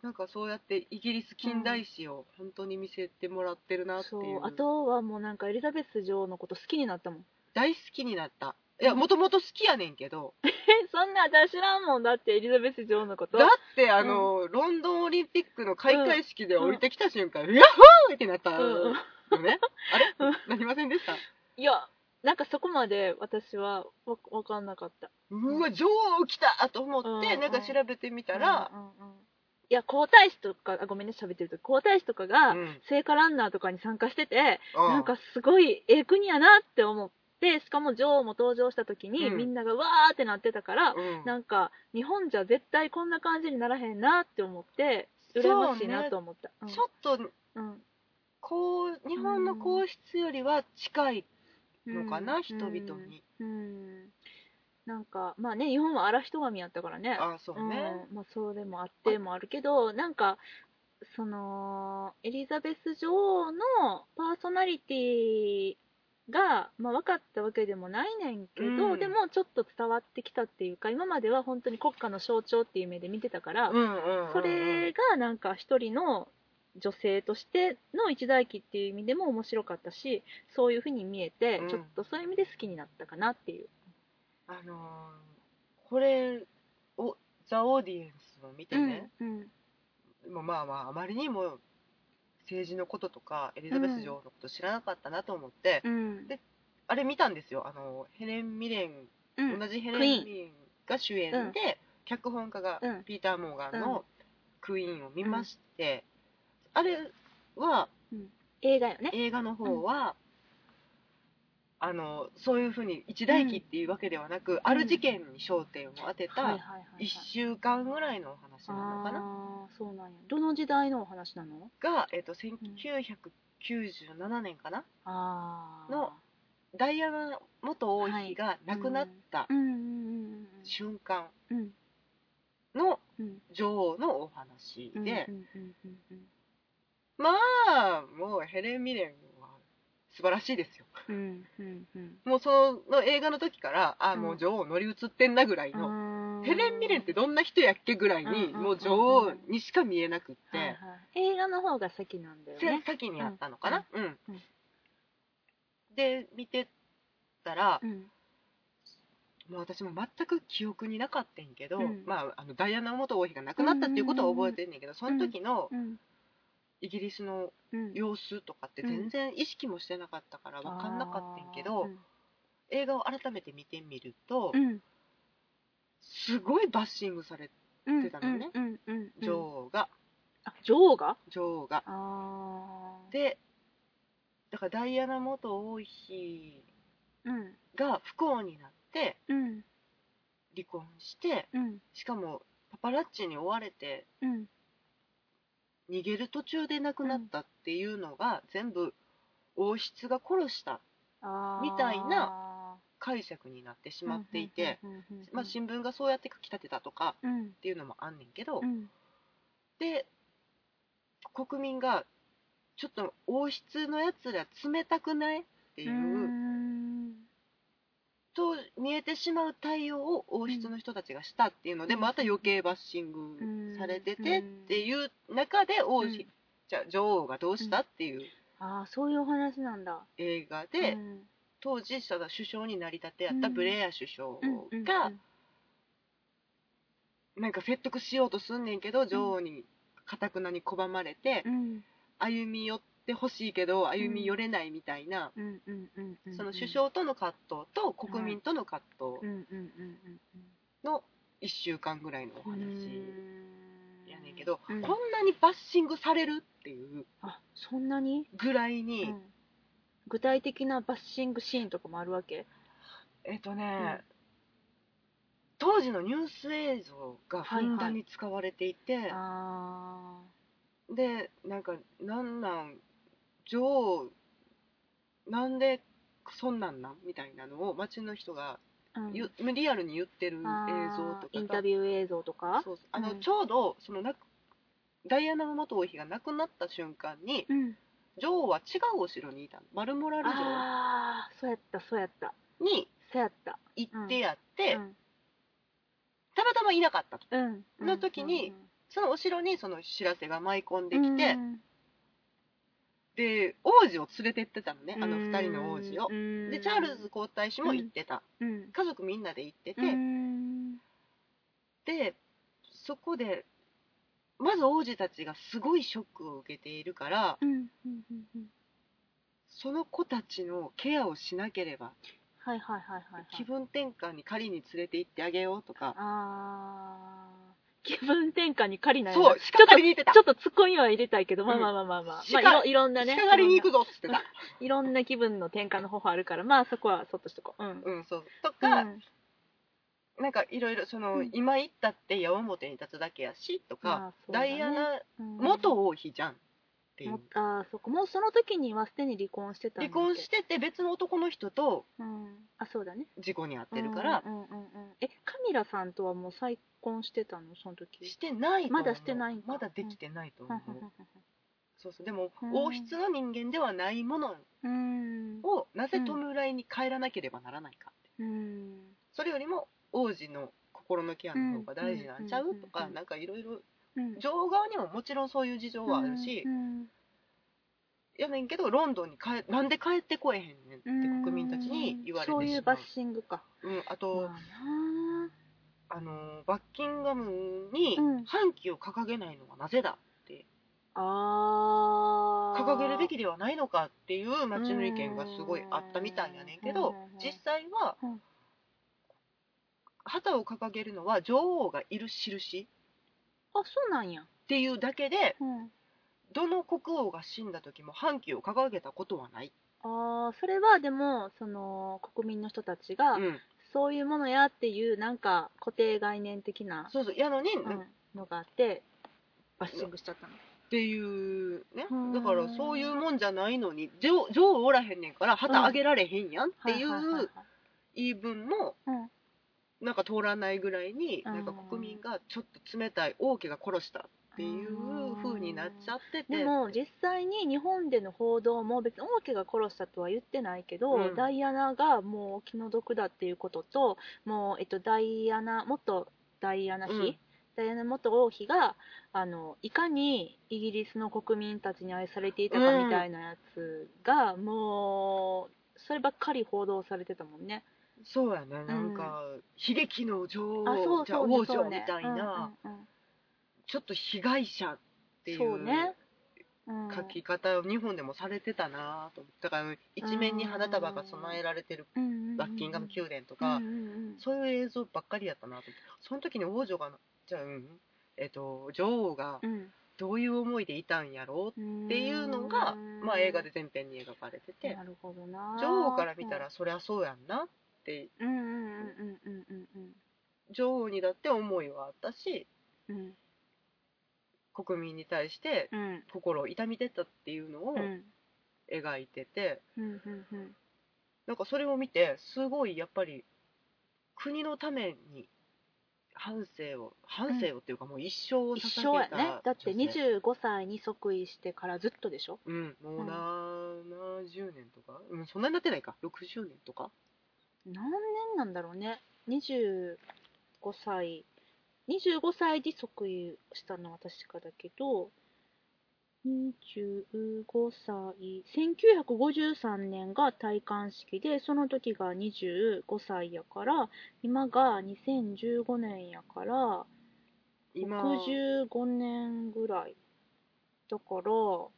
なんかそうやってイギリス近代史を本当に見せてもらってるなってそい ううあとはもうなんかエリザベス女王のこと好きになったもん大好きになったいや、もともと好きやねんけど、そんな私知らんもんだってエリザベス女王のことだって、あの、ロンドンオリンピックの開会式で降りてきた瞬間、ヤッホーってなったうのんね。あれうんなりませんでしたいやなんかそこまで私はわわかんなかったうわ、女王来たと思って、うんなんか調べてみたうら、んうんうんいや皇太子とかあごめんね喋ってると皇太子とかが、うん聖火ランナーとかに参加してて、あなんかすごいええ国やなって思ってしかも女王も登場した時に、うんみんながわーってなってたから、うんなんか日本じゃ絶対こんな感じにならへんなって思って羨ましいなと思ったう,、ちょっと、んこう、日本の皇室よりは近いうん、のかな、うん人々に。うんなんかまあね日本は荒人神やったからねああ、そうね。うんまあ、そうでもあってもあるけどなんかそのエリザベス女王のパーソナリティが、まあ、分かったわけでもないねんけど、うんでもちょっと伝わってきたっていうか今までは本当に国家の象徴っていう目で見てたから、うんうんうん。それ、がなんか一人の女性としての一代記っていう意味でも面白かったしそういうふうに見えて、うんちょっとそういう意味で好きになったかなっていう。あのー、これを、ザ・オーディエンスを見てね、うんうんもうまあまあ、あまりにも政治のこととか、エリザベス女王のこと知らなかったなと思って、うんであれ見たんですよ。あの、ヘレン・ミレンうん同じヘレクイーン・ンミレンが主演で、うん脚本家がうんピーター・モーガンうんの「クイーン」を見まして、あれは映画よね。映画の方は、あのそういうふうに一大記っていうわけではなく、ある事件に焦点を当てはいはいたはいはい1週間ぐらいのお話なのかな、ああーそうなんやどの時代のお話なのが、えっと1997年かなああのダイアナ元王妃が亡くなったうんうん瞬間うんうんのうん女王のお話うで。んうんうんうんうんまあ、もうヘレン・ミレンは素晴らしいですよ。うんうんうんもうその映画の時から、あうんもう女王乗り移ってんなぐらいの、あーヘレン・ミレンってどんな人やっけぐらいに、うんうんもう女王にしか見えなくっはいはて、い映画の方が先なんだよせね先にあったのかな。うん。うんで、見てたらう、んもう私も全く記憶になかったんけど、うんまあ、あのダイアナ元王妃が亡くなったっていうことは覚えてんねんけど、その時のうんイギリスのうん様子とかって全然意識もしてなかったから分かんなかったんけど、あー映画を改めて見てみると、うんすごいバッシングされうん出たのねうんうんうんうん女王が、あ女王が女王がああでだからダイアナ元王妃うんが不幸になってうん離婚してうんしかもパパラッチに追われてうん逃げる途中で亡くなったっていうのが、全部王室が殺したあーみたいな解釈になってしまっていて、うんうんうんうんうんまあ、新聞がそうやって書き立てたとかうんっていうのもあんねんけど、うんで国民がちょっと王室のやつら冷たくないっていう、うんと見えてしまう対応を王室の人たちがしたっていうので、うんまた余計バッシングされててっていう中で王妃、うんじゃあ女王がどうしたっていうああそういうお話なんだ。映画で、うん当時その首相になりたてやったうんブレア首相うんがなんか説得しようとすんねんけど女王にかたくなに拒まれてうん歩み寄ってほしいけど歩み寄れないみたいな。うんうんうんうんその首相との葛藤と国民との葛う藤んうんうんうんの1週間ぐらいのおうん話うんやねんけど、うんこんなにバッシングされるっていうあそんなに、ぐらいうに、ん具体的なバッシングシーンとかもあるわけえっとね、当時のニュース映像がふんだんに使われていて、あでなんかなんなん女王なんでそんなんなんみたいなのを街の人があ、うんゆ、リアルに言ってる映像とかあーインがタビュー映像とかそうそうあの、うんちょうどそのなくダイアナ元王妃が亡くなった瞬間にうん、女王は違うお城にいたのバルモラル城ああそうやったそうやったにそうやった行ってやって、うんたまたまいなかったとうんうんの時にうんそのお城にその知らせが舞い込んでうきんて、うんで王子を連れてってたのねあのうん2人の王子をうんでチャールズ皇太子も行ってたうん家族みんなで行っててうんでそこでまず王子たちがすごいショックを受けているからうんうんうんうんその子たちのケアをしなければはいはいはいはいはい気分転換に狩りに連れて行ってあげようとかあー気分転換に狩りないそうちょ鹿っと狩りに行ってたちょっと突っ込みは入れたいけど、まあうんまあまあまあまあ、鹿まあ、いろいろんなね鹿狩りに行くぞっつってたいろんないろんな気分の転換の方法あるからまあそこはそっとしとこううんうんそうとか、うんなんかいろいろその、うん今行ったって矢面に立つだけやしとか、まあそうだダねイアナうん元王妃じゃんっていう、もあーそこもうその時にはすでに離婚してたんだっ離け婚してて別の男の人とうん、あそうだね事故に遭ってるから、うんうんうんうんえカミラさんとはもう再婚してたのその時してないと思うまだしてないんだまだできてないと思う、そうそうでも、うん王室の人間ではないものうんをなぜ弔いに帰らなければならないかってうんそれよりも王子の心のケアの方が大事なんちゃうんううんとか、うんなんかいろいろうん女王側にももちろんそういう事情はあるし、うんやねんけどロンドンに帰なんで帰ってこえへんねうんんって国民たちに言われてしそまうういうバッシングかうん、あまと、あなあのバッキンガムにうん反旗を掲げないのはなぜだ、あー掲げるべきではないのかっていう町の意見がすごいあったみたいやねんけど、うん実際は、うん旗を掲げるのは女王がいる印あそうなんや、っていうだけでうん、どの国王が死んだ時も反旗を掲げたことはない、あーそれはでもその国民の人たちが、うん、そういうものやっていうなんか固定概念的な、そうそうやのに、うっん、のがあってバッシングしちゃったのていうねうんだからそういうもんじゃないのに女王女王おらへんねんから旗あげられへんやんっていははははう言い分もうんなんか通らないぐらいにうんなんか国民がちょっと冷たい王家が殺したっていう風になっちゃっててでも実際に日本での報道も別に王家が殺したとは言ってないけど、うんダイアナがもうお気の毒だっていうことともう、えっと、ダイアナ元ダイアナ妃、うんダイアナ元王妃があのいかにイギリスの国民たちに愛されていたかみたいなやつが、もうそればっかり報道されてたもんね。そうやねなんか悲劇の女あそ王うじゃあそう王そう女みたいなうんうんうんちょっと被害者っていそうねう、うん書き方を日本でもされてたなと思ってだから一面に花束が備えられてるうんうんうんバッキンガム宮殿とか、うんうんうんそういう映像ばっかりやったなと思ってその時に王女がじゃあうんえっと女王がうんどういう思いでいたんやろうっっていうのが、まあ、映画で全編に描かれててなるほどな女王から見たらそりゃそうやんなってうんうんうんうんうん女王にだって思いはあったしうんうん国民に対してうん心を痛みてたっていうのをうん描いてて、うんうんうんなんかそれを見てすごいやっぱり国のために反省を反省をっていうかもう一生を一捧生やげた女性、ねだって25歳に即位してからずっとでしょうん、もううん70年とか、うん、そんなになってないか、60年とか、何年なんだろうね25歳25歳で即位したのは確かだけど25歳1953年が戴冠式でその時が25歳やから今が2015年やから今、 65年ぐらいだからも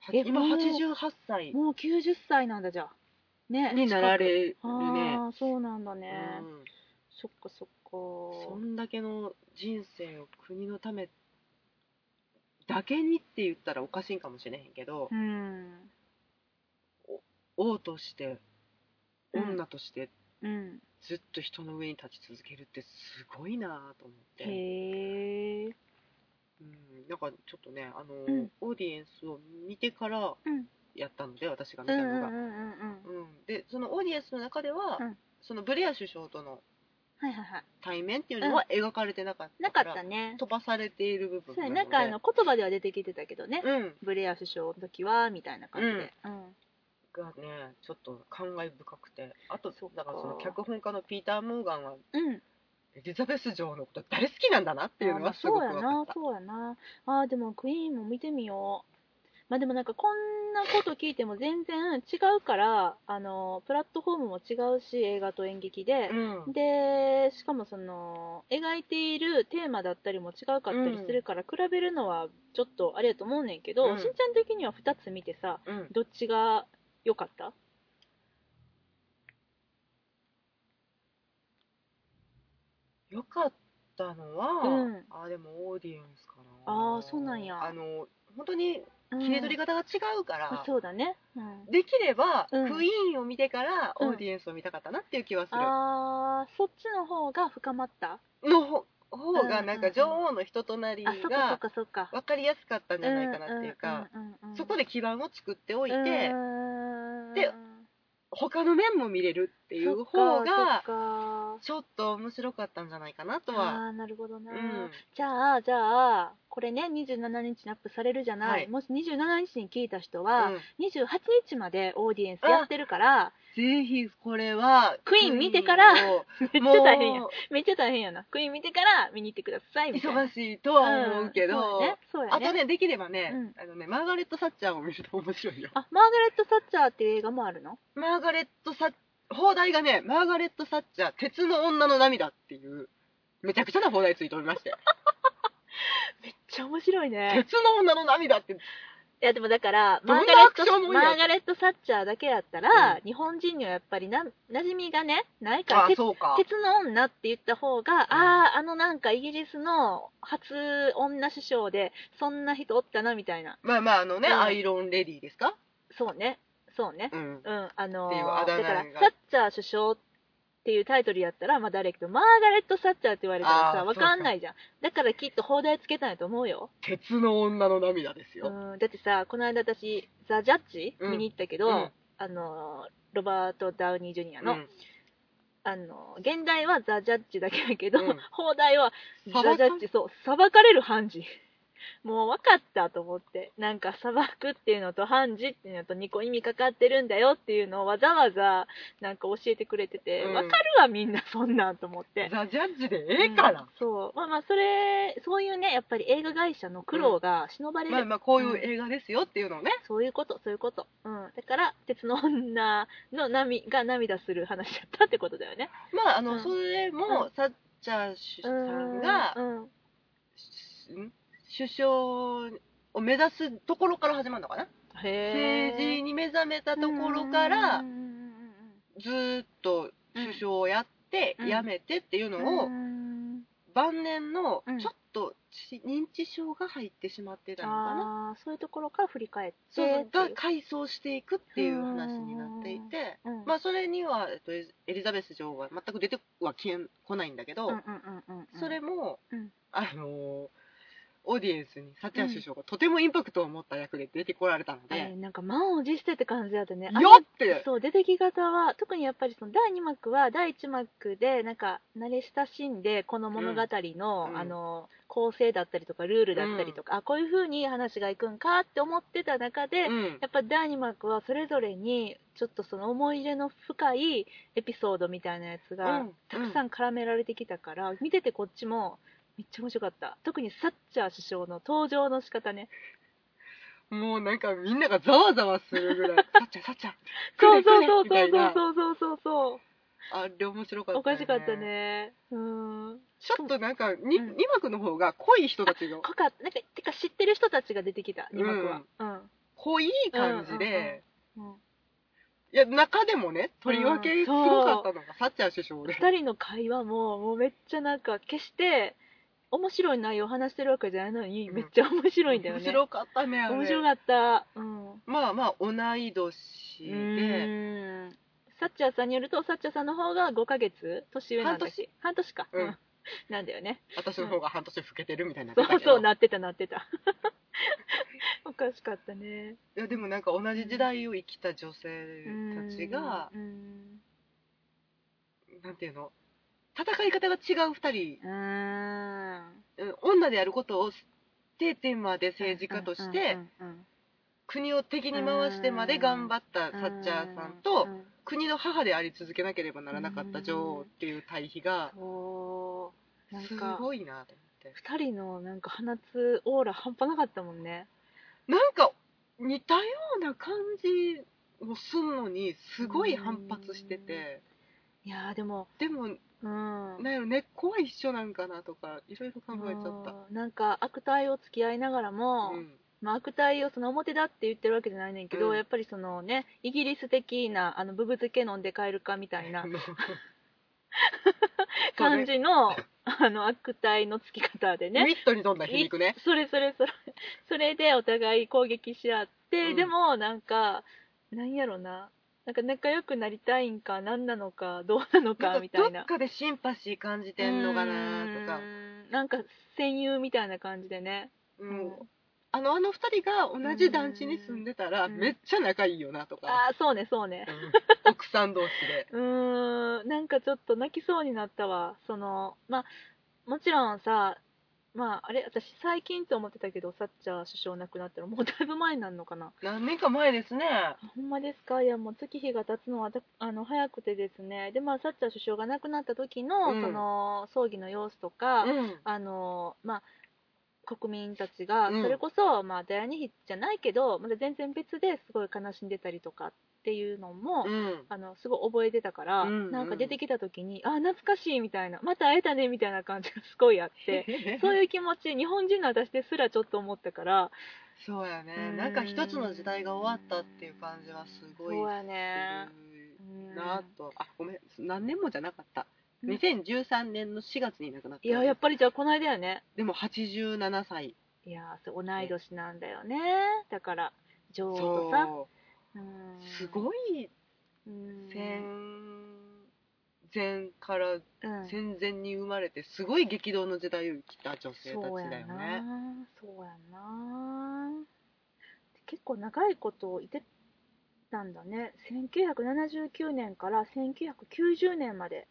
はえ今もう88歳う90歳なんだじゃあねになられる近くね。あーそうなんだね、うんそっかそっかそんだけの人生を国のためだけにって言ったらおかしいんかもしれへんけど、うん王として、うん女として、うんずっと人の上に立ち続けるってすごいなぁと思って、へえうん、なんかちょっとね、あの、んオーディエンスを見てからうんやったので、私が見うんうたんのが。うんうんうんうん、でそのオーディエンスの中では、うんそのブレア首相とのはいはいはい対面っていうのは描かれてなかったなかかったら、ね飛ばされている部分そうやなのでなんかあの言葉では出てきてたけどね、うんブレア首相の時はみたいな感じでうんがねちょっと感慨深くてあとそっかだからその脚本家のピーター・モーガンはうんエリザベス女王のこと大好きなんだなっていうのはすごく分かあまあったそうやなそうやなあーでもクイーンも見てみよまあでもなんかこんなこと聞いても全然違うから、あの、プラットフォームも違うし、映画と演劇で、うんで、しかもその、描いているテーマだったりも違うかったりするから、比べるのはちょっとあれやと思うねんけど、うんしんちゃん的には2つ見てさ、うんどっちが良かったよかったのは、うんあでもオーディエンスかなあーそうなんやあの本当に切り取りが、方が違うから、あそうだね。うんできれば、うんクイーンを見てからうんオーディエンスを見たかったなっていう気はする、あーそっちの方が深まったのほ方がなんうんうんうかん女王の人となりあそっかそがっかそっか分かりやすかったんじゃないかなっていうんか、うんうんうんそこで基盤を作っておいて、うんで他の面も見れるっていう方がそっかちょっと面白かったんじゃないかなそとっかは、あーなるほどな、うんじゃあじゃあこれね27日にアップされるじゃない、はいもし27日に聞いた人うは、ん28日までオーディエンスやってるからぜひこれはクイーン見てからクイーン めっをちゃもう大変やめっちゃ大変やなクイーン見てから見に行ってくださいみたいな忙しいとは思うけど、んそうやねそうやあとねできればね、うんあのねマーガレット・サッチャーを見ると面 白いよあマーガレット・サッチャーっていう映画もあるのマーガレット・サッ放題がねマーガレット・サッチャー鉄の女の涙っていうめちゃくちゃな放題ついておりましてめっちゃ面白いね。鉄の女の涙っていやでもだから、どんマなーガレッアクションもト、んやマーガレット・サッチャーだけやったら、うん日本人にはやっぱりな、馴染みがね、ないから、あ鉄そうか鉄の女って言った方が、ああ、あのなんかイギリスの初女首相で、そんな人おったなみたいな。まあまああのね、うんアイロンレディーですかそうね。そうね。うんうん、あのっていうあー、だだ名からが、サッチャー首相っていうタイトルやったら、まあ誰やけど、マーガレット・サッチャーって言われたらあさ、ーわかんないじゃん。だからきっと放題つけたんやと思うよ。鉄の女の涙ですよ、うん、だってさ、この間私、ザ・ジャッジうん見に行ったけど、うんあのロバート・ダウニー・ジュニアうの,、んあの現代はザ・ジャッジだけだけど、うん放題は裁かザ・ジャッジそう裁かれる判事もう分かったと思ってなんか裁くっていうのと判事っていうのと2個意味かかってるんだよっていうのをわざわざなんか教えてくれてて、うん分かるわみんなそんなんと思ってザ・ジャッジでええからうん、そうまあまあそれそういうねやっぱり映画会社の苦労が忍ばれるまあまあこういう映画ですよっていうのをね、そういうこと、そういうこと。うん。だから、鉄の女の涙が涙する話だったってことだよね。まああの、うんそれも、サッチャーさんが、うん。ん首相を目指すところから始まるのかなへ政治にに目覚めたところからうんうんずーっと首相をやってうん辞めてっていううんうんのをうん晩年のうんちょっとち認知症が入ってしまってたのかなああ、そういうところから振り返ってってそういそうう。が回想していくっていう話になっていてうん、まあそれには、えっと、エリエリザベス女王は全く出てはきえん来ないんだけどうんうんうんうん、それもうんあのーオーディエンスにサッチャー首相がとてもインパクトを持った役で出てこられたのあでれ、なんか満を持してって感じだったね。あれよってそう出てき方は特にやっぱりその第2幕は第1幕でなんか慣れ親しんでこの物語の,、うんあの構成だったりとかルールだったりとか、あこういう風に話がいくんかって思ってた中で、うんやっぱ第2幕はそれぞれにちょっとその思い入れの深いエピソードみたいなやつうがんたくさん絡められてきたから、見ててこっちもめっちゃ面白かった特にサッチャー首相の登場の仕方ねもうなんかみんながざわざわするぐらい、さっちゃんさっちゃん。そうそうそうみそたういなそうそうそうそうあれ面白かった、おかしかった。ね。うーん。ちょっとなんかに、うん2幕の方が濃い人たちが、濃かった。なんか、てか知ってる人たちが出てきた、うん2幕は。うん。濃い感じで、うんいや、中でもね、とりわうけんすごかったのが、さっちゃん首相で。二人の会話も、もうめっちゃなんか、決して、面白い内容を話してるわけじゃないのに、うんめっちゃ面白いんだよね。面白かったね、あれ。面白かった。うん。まあまあ、同い年うで、ーん。サッチャーさんによると、サッチャーさんの方が5ヶ月年上なんだっけ半年か。うんうん。 なんだよね。私の方が半年老けてるみたいになっそてたうけど。そう、なってたなってた。 おかしかったね。いや、でもなんか同じ時代を生きた女性たちが、うーん。なんていうの、戦い方が違う2人うーん。うん女であることを定点まで政治家としてうんうん国を敵に回してまで頑張ったサッチャーさんとうん国の母であり続けなければならなかった女王っていう対比がそうなんすかごいなと思って2人のなんか放つオーラ半端なかったもんねなんか似たような感じをすんのにすごい反発してていやーでも、でもうん。なんやろ根っこは一緒なんかなとかいろいろ考えちゃったうんなんか悪態を付き合いながらも、うんまあ、悪態をその表だって言ってるわけじゃないねんけど、うんやっぱりそのねイギリス的なあのブブ漬け飲んで帰るかみたいなあのそう 感ねじの,、あの悪態の付き方でねミットに飛んだ皮肉ねいそれそれそれそれでお互い攻撃し合って、うんでもなんかなんやろななんか仲良くなりたいんか何なのかどうなのなかんみかたどいっなかでシンパシー感じてんのかなとかうーんなんか戦友みたいな感じでねうんうんあのあの二人が同じ団地に住んでたらうんめっちゃ仲いいよなとかああそうねそうねうん奥さん同士 でうーん、なんかちょっと泣きそうになったわ。その、まあ、もちろんさ、まあ、あれ、私最近と思ってたけど、サッチャー首相亡くなったのもうだいぶ前になるのかな。何年か前ですねほんまですかいや、もう月日が経つのはたあの早くてですね。で、まあ、サッチャー首相が亡くなった時の、うんその、葬儀の様子とか、うんあの、まあ、国民たちが、うんそれこそ、まあ、ダイアニヒじゃないけど、また全然別ですごい悲しんでたりとかっていうのも、うんあのすごい覚えてたから、うんうんなんか出てきた時にあ懐かしいみたいなまた会えたねみたいな感じがすごいあって そういう気持ち日本人の私ですらちょっと思ったからそうやねうんなんか一つの時代が終わったっていう感じはすごいそうやねするなとあごめん何年もじゃなかったうん2013年の4月に亡くなったいややっぱりじゃあこの間やねでも87歳いやーそう同い年なんだよねだから女王とさそううんすごいうん戦前からうん戦前に生まれてすごい激動の時代を生きた女性たそうちだやよねなそうやな結構長いこといてたんだね1979年から1990年まで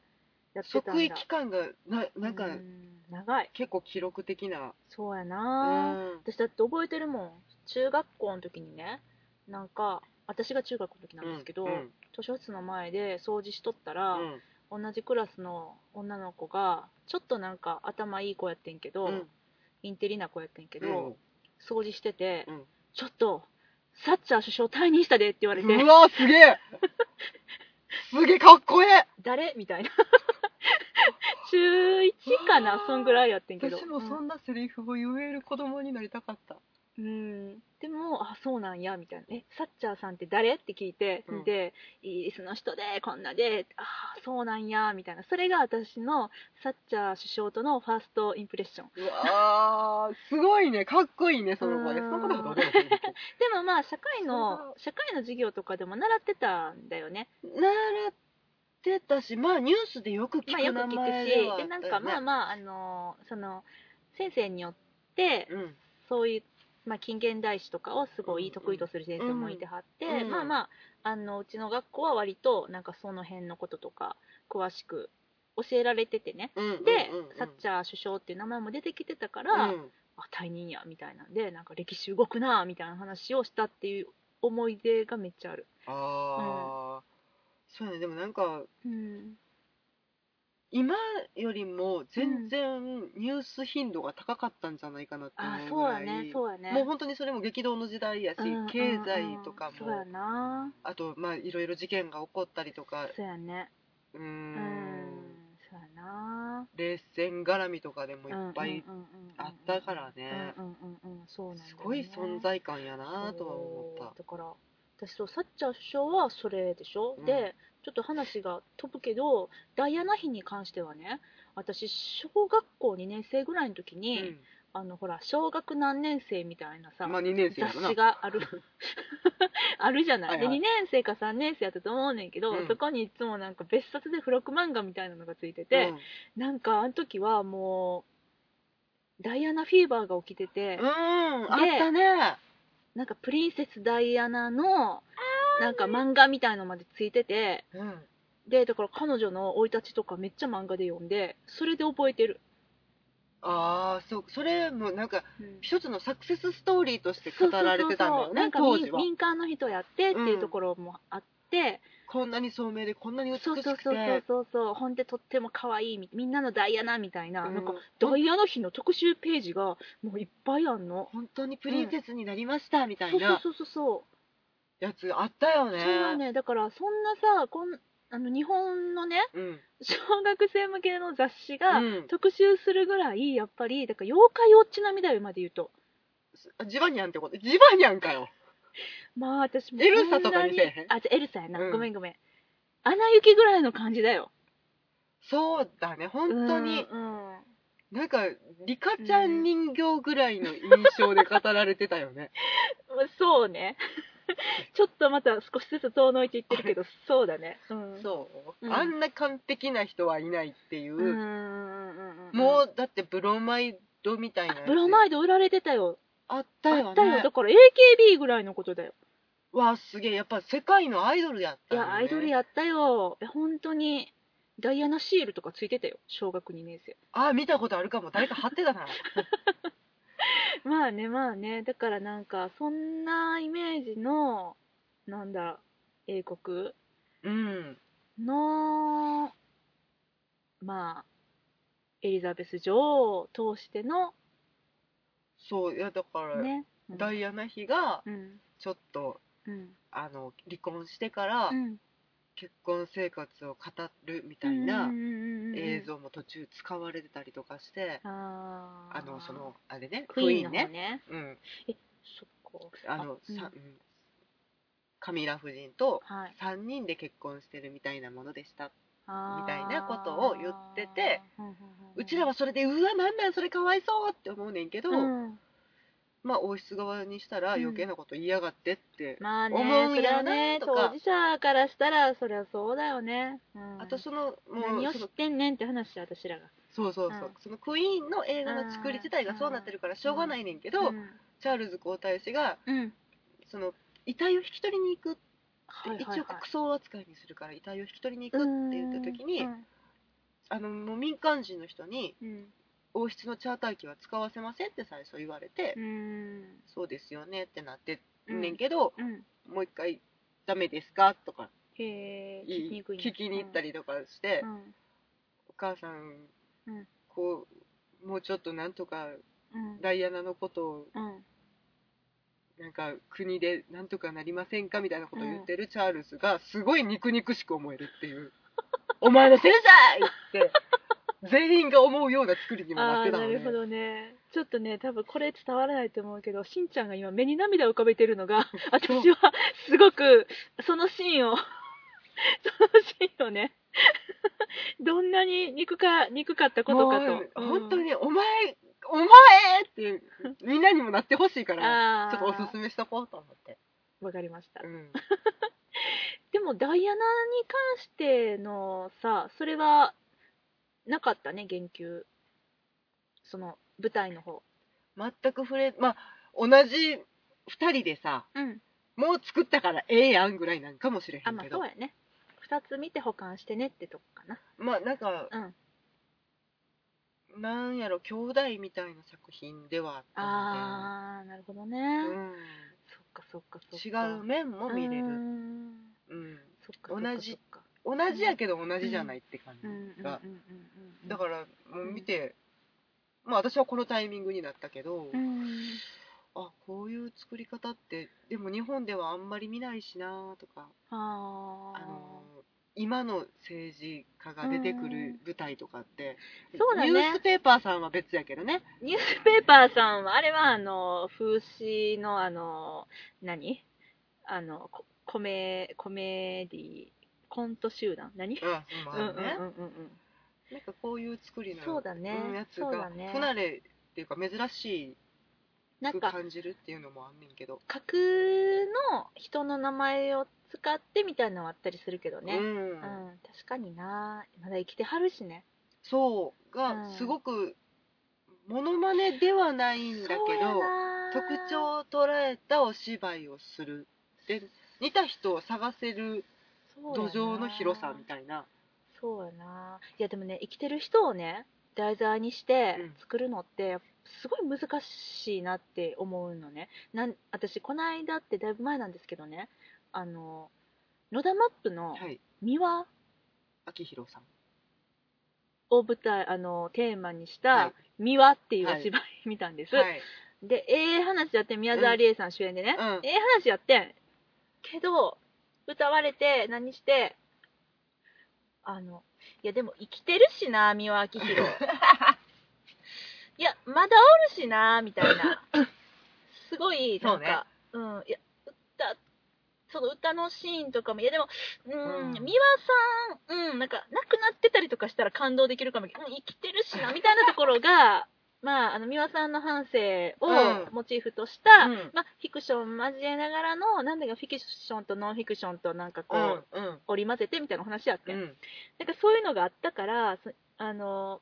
やってたんだ即位期間がななんかうん長い結構記録的なそうやうな、ん私だって覚えてるもん中学校の時にねなんか私が中学校の時なんですけど、うんうん図書室の前で掃除しとったら、うん同じクラスの女の子がちょっとなんか頭いい子やってんけど、うんインテリな子やってんけど、うん掃除してて、うんちょっと、サッチャー首相退任したでって言われて、うわすげ えすげえかっこえ誰みたいな。 中1かうわなー、そんぐらいやってえんけど。私もそんなセリフを言える子供になりたかったうん、うんでも、あ、そうなんや、みたいな。え、サッチャーさんって誰って聞いて、うんで、イギリスの人で、こんなで、あー、そうなんや、みたいな。それが私のサッチャー首相とのファーストインプレッション。うわーすごいねかっこいいねその子でうそんんなことはどうでもいいけどでもまあ、社会のそ、社会の授業とかでも習ってたんだよね。習ってたしまあニュースでよく聞まあ、よくく名聞く前し、はあったよねでなんかまあまあ、あのその先生によって、うんそういう、まあ、近現代史とかをすごい得意とする先生もいてはって、うんうんまあまああのうちの学校は割となんかその辺のこととか詳しく教えられててねうんうんうんうんで、サッチャー首相っていう名前も出てきてたから、うんあ退任やみたいなんでなんか歴史動くなみたいな話をしたっていう思い出がめっちゃある。ああ、そうやねでもなんかうん、今よりも全然ニュース頻度が高かったんじゃないかなってあーそ思うぐうらやいねそうやね。もう本当にそれも激動の時代やし、うん経済とかうんうんそうもやなあとまあいろいろ事件が起こったりとかそうやねうーうんんそうやな冷戦絡みとかでもいっぱいうんうんうんうんあったからねうんうんうんうんそうなんだよねすごい存在感やなとは思ったそうだから私そうサッチャー首相はそれでしょ、うんでちょっと話が飛ぶけどダイアナ妃に関してはね私小学校2年生ぐらいの時うに、んあのほら小学何年生みたいなさ、まあ2年生や雑ろな誌がある あるじゃない、はいはいで2年生か3年生やったと思うねんけど、うんそこにいつもなんか別冊で付録漫画みたいなのがついてて、なんかあの時はもうダイアナフィーバーが起きてて、うん、うん、あったねなんかプリンセスダイアナのなんか漫画みたいのまでついててうんでだから彼女の生い立ちとかめっちゃ漫画で読んでそれで覚えてる、ああそうそれもなんかうん一つのサクセスストーリーとして語られてたんだよなねんか当民時は民間の人やってっていうところもあって、こんなに聡明でこんなに美しそうそうくそうそうてそうそうほんでとっても可愛いみみんなのダイアナみたいな,、うんなんかダイアナ妃の特集ページがもういっぱいあんの本当にプリンセスになりましたみたそいうそうなそうそうそうやつあったよそね。れはねだからそんなさこんあの日本のね うん小学生向けの雑誌がうん特集するぐらいやっぱりだから妖怪ウォッチ並みだよまで言うとあジバニャンってことジバニャンかよ。まあ私もエルサとかにせえこんなにあじゃあエルサやな、うんごめんごめんアナ雪ぐらいの感じだよそうだね、本当に、うんうんなんか、リカちゃん人形ぐらいの印象で語られてたよね。そうね ちょっとまた少しずつ遠のいていってるけどそうだねうんそう、うんあんな完璧な人はいないっていう、うんうんうんうんもうだってブロマイドみたいなやつブロマイド売られてたよあったよねあったよだから AKB ぐらいのことだよわあすげえやっぱ世界のアイドルやったいよねや、アイドルやったよ。え本当に。ダイアナシールとかついてたよ。小学2年生。あ見たことあるかも誰か貼って たなまあね、まあね。だからなんか、そんなイメージの、なんだ、英国うんの、まあ、エリザベス女王を通しての、そういやだから、ね。うんダイアナ妃がうん。ちょっとうん。あの離婚してからうん。結婚生活を語るみたいうんなうんうんうんうん映。像も途中使われてたりとかして、あーあのその、あれねクイーンの方ね。うんそっか。あのうんさうんカミラ夫人とはい。 3人で結婚してるみたいなものでしたみみたいなことを言ってて、ふんふんふんうちらはそれでうわなんなんそれかわいそうって思うねんけど、うんまあ王室側にしたらうん余計なこと言いやがってって、まあね、思うんそれはやなね、と当か事者からしたら、そりゃそうだよね。うん、あとそのも何をう知そっのてんねんって話だ、私らが。そうそうそう、うんそのクイーンの映画の作り自体がそうなってるからしょうがないねんけど、うん、チャールズ皇太子がうん、その遺体を引き取りに行くって、はいはいはい、一応国葬扱いにするから遺体を引き取りに行くって言った時に、うんあのもう民間人の人にうん王室のチャーター機は使わせませんって最初言われて、うんそうですよねってなってうん、んねんけど、うん、もう一回ダメですかとかへえ、聞きにくいね聞きに行ったりとかして、うん、お母さん、うんこうもうちょっとなんとかうん、ダイアナのことをうん、なんか国でなんとかなりませんかみたいなことを言ってるチャールズがすごい憎々しく思えるっ ていう「お前のせいじゃい!」って全員が思うような作りにもあなっあー、てたなのねるほどね。ちょっとね、多分これ伝わらないと思うけど、しんちゃんが今目に涙を浮かべてるの が、私はすごく、そのシーンを、 そのシーンをね、 どんなに憎か、憎かったことかと。もう本当うんに「お前お前!」 ってみんなにもなってほしいからあちょっとおすすめしとこうと 思って、め。わかりましたう。ん、でも、ダイアナに関してのさ、それは、なかったね、言及。その、舞台の方。全く触れまあ同じ2人でさうん。もう作ったからええやんぐらいなんかもしれへんけどあ、まあ、そうやね。二つ見て保管してねってとこかな。まあなんか、うんなんやろ兄弟みたいな作品ではあっあー、なるほどね。たので、うんそっかそっかそっか。違う面も見れうーる、んうんそっかそっか同じそっか同じやけど同じじゃないって感うんうんじうんうんが、うん。だからもう見て、まあ私はこのタイミングになったけど、うん。あこういう作り方ってでも日本ではあんまり見ないしなとかああーの今の政治家が出てくる舞台とかって、うんそうだねニュースペーパーさんは別やけどねニュースペーパーさんは、あれはあの、風刺のあの、何あの、こコメ、コメディ、コント集団何うん、まあうね、んうんうんうんなんかこういう作りのそうだねんやつそうだがね不慣れっていうか珍しなんくか、感じるっていうのもあんねんけど、架空の人の名前を使ってみたいなのはあったりするけどね。ううん、ん確かにな。まだ生きてはるしね。そううがんすごくモノマネではないんだけどそうやな特徴を捉えたお芝居をするで似た人を探せる土壌の広さみいなたいなそうやないやでもね生きてる人をね題材にしてうん作るのってすごい難しいなって思うのねなん私この間ってだいぶ前なんですけどねあの野田マップのはい三輪秋広さんを舞台あのテーマにしはた「三輪」っていうお芝居見たんです、い、はい、でええ話やって宮沢りえさん主演でね、うんええ話やってんけど歌われて何してあのいやでも生きてるしな三輪明宏 いやまだおるしなみたいなすごいなんかう,、んいや歌その歌のシーンとかもいやでもうん、うん三輪さんうんなんか亡くなってたりとかしたら感動できるかも、うん、生きてるしなみたいなところがまああの三輪さんの半生うんをモチーフとした、うんまあ、フィクション交えながらの、なんだかフィクションとノンフィクションとなんかこう、うんうん織り交ぜてみたいなお話やって、、うんんなんかそういうのがあったから、そあの、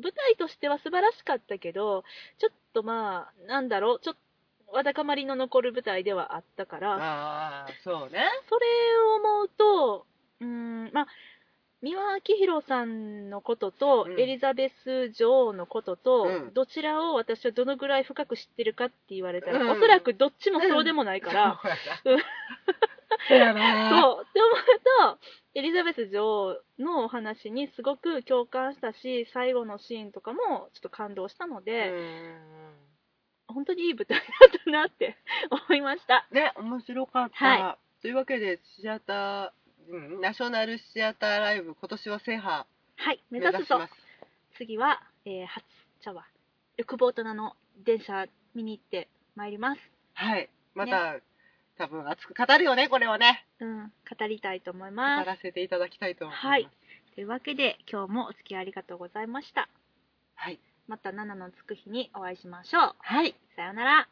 舞台としては素晴らしかったけど、ちょっとまあ、なんだろう、ちょっとわだかまりの残る舞台ではあったから、ああそうねそれを思うと、うーん、まあ、三輪明宏さんのことと、うんエリザベス女王のことと、うんどちらを私はどのぐらい深く知ってるかって言われたら、うんおそらくどっちもそうでもないから、そうやなそ そううって思うとエリザベス女王のお話にすごく共感したし最後のシーンとかもちょっと感動したのやなで、うん本当にいい舞台だったなって 思いましたね、面白かった。はというわけで、シアター、うん、ナショナルシアターライブ、今年は制覇はい目目指指すしとます。次は、えー、初茶は欲望と名の電車見に行ってまいりますはい。また、多分熱く語るよね、これはね。うん語りたいと思い語ますらせていただきたいと思います。はい。というわけで今日もお付き合いありがとうございましたはい。また7のつく日にお会いしましょうはい。さようなら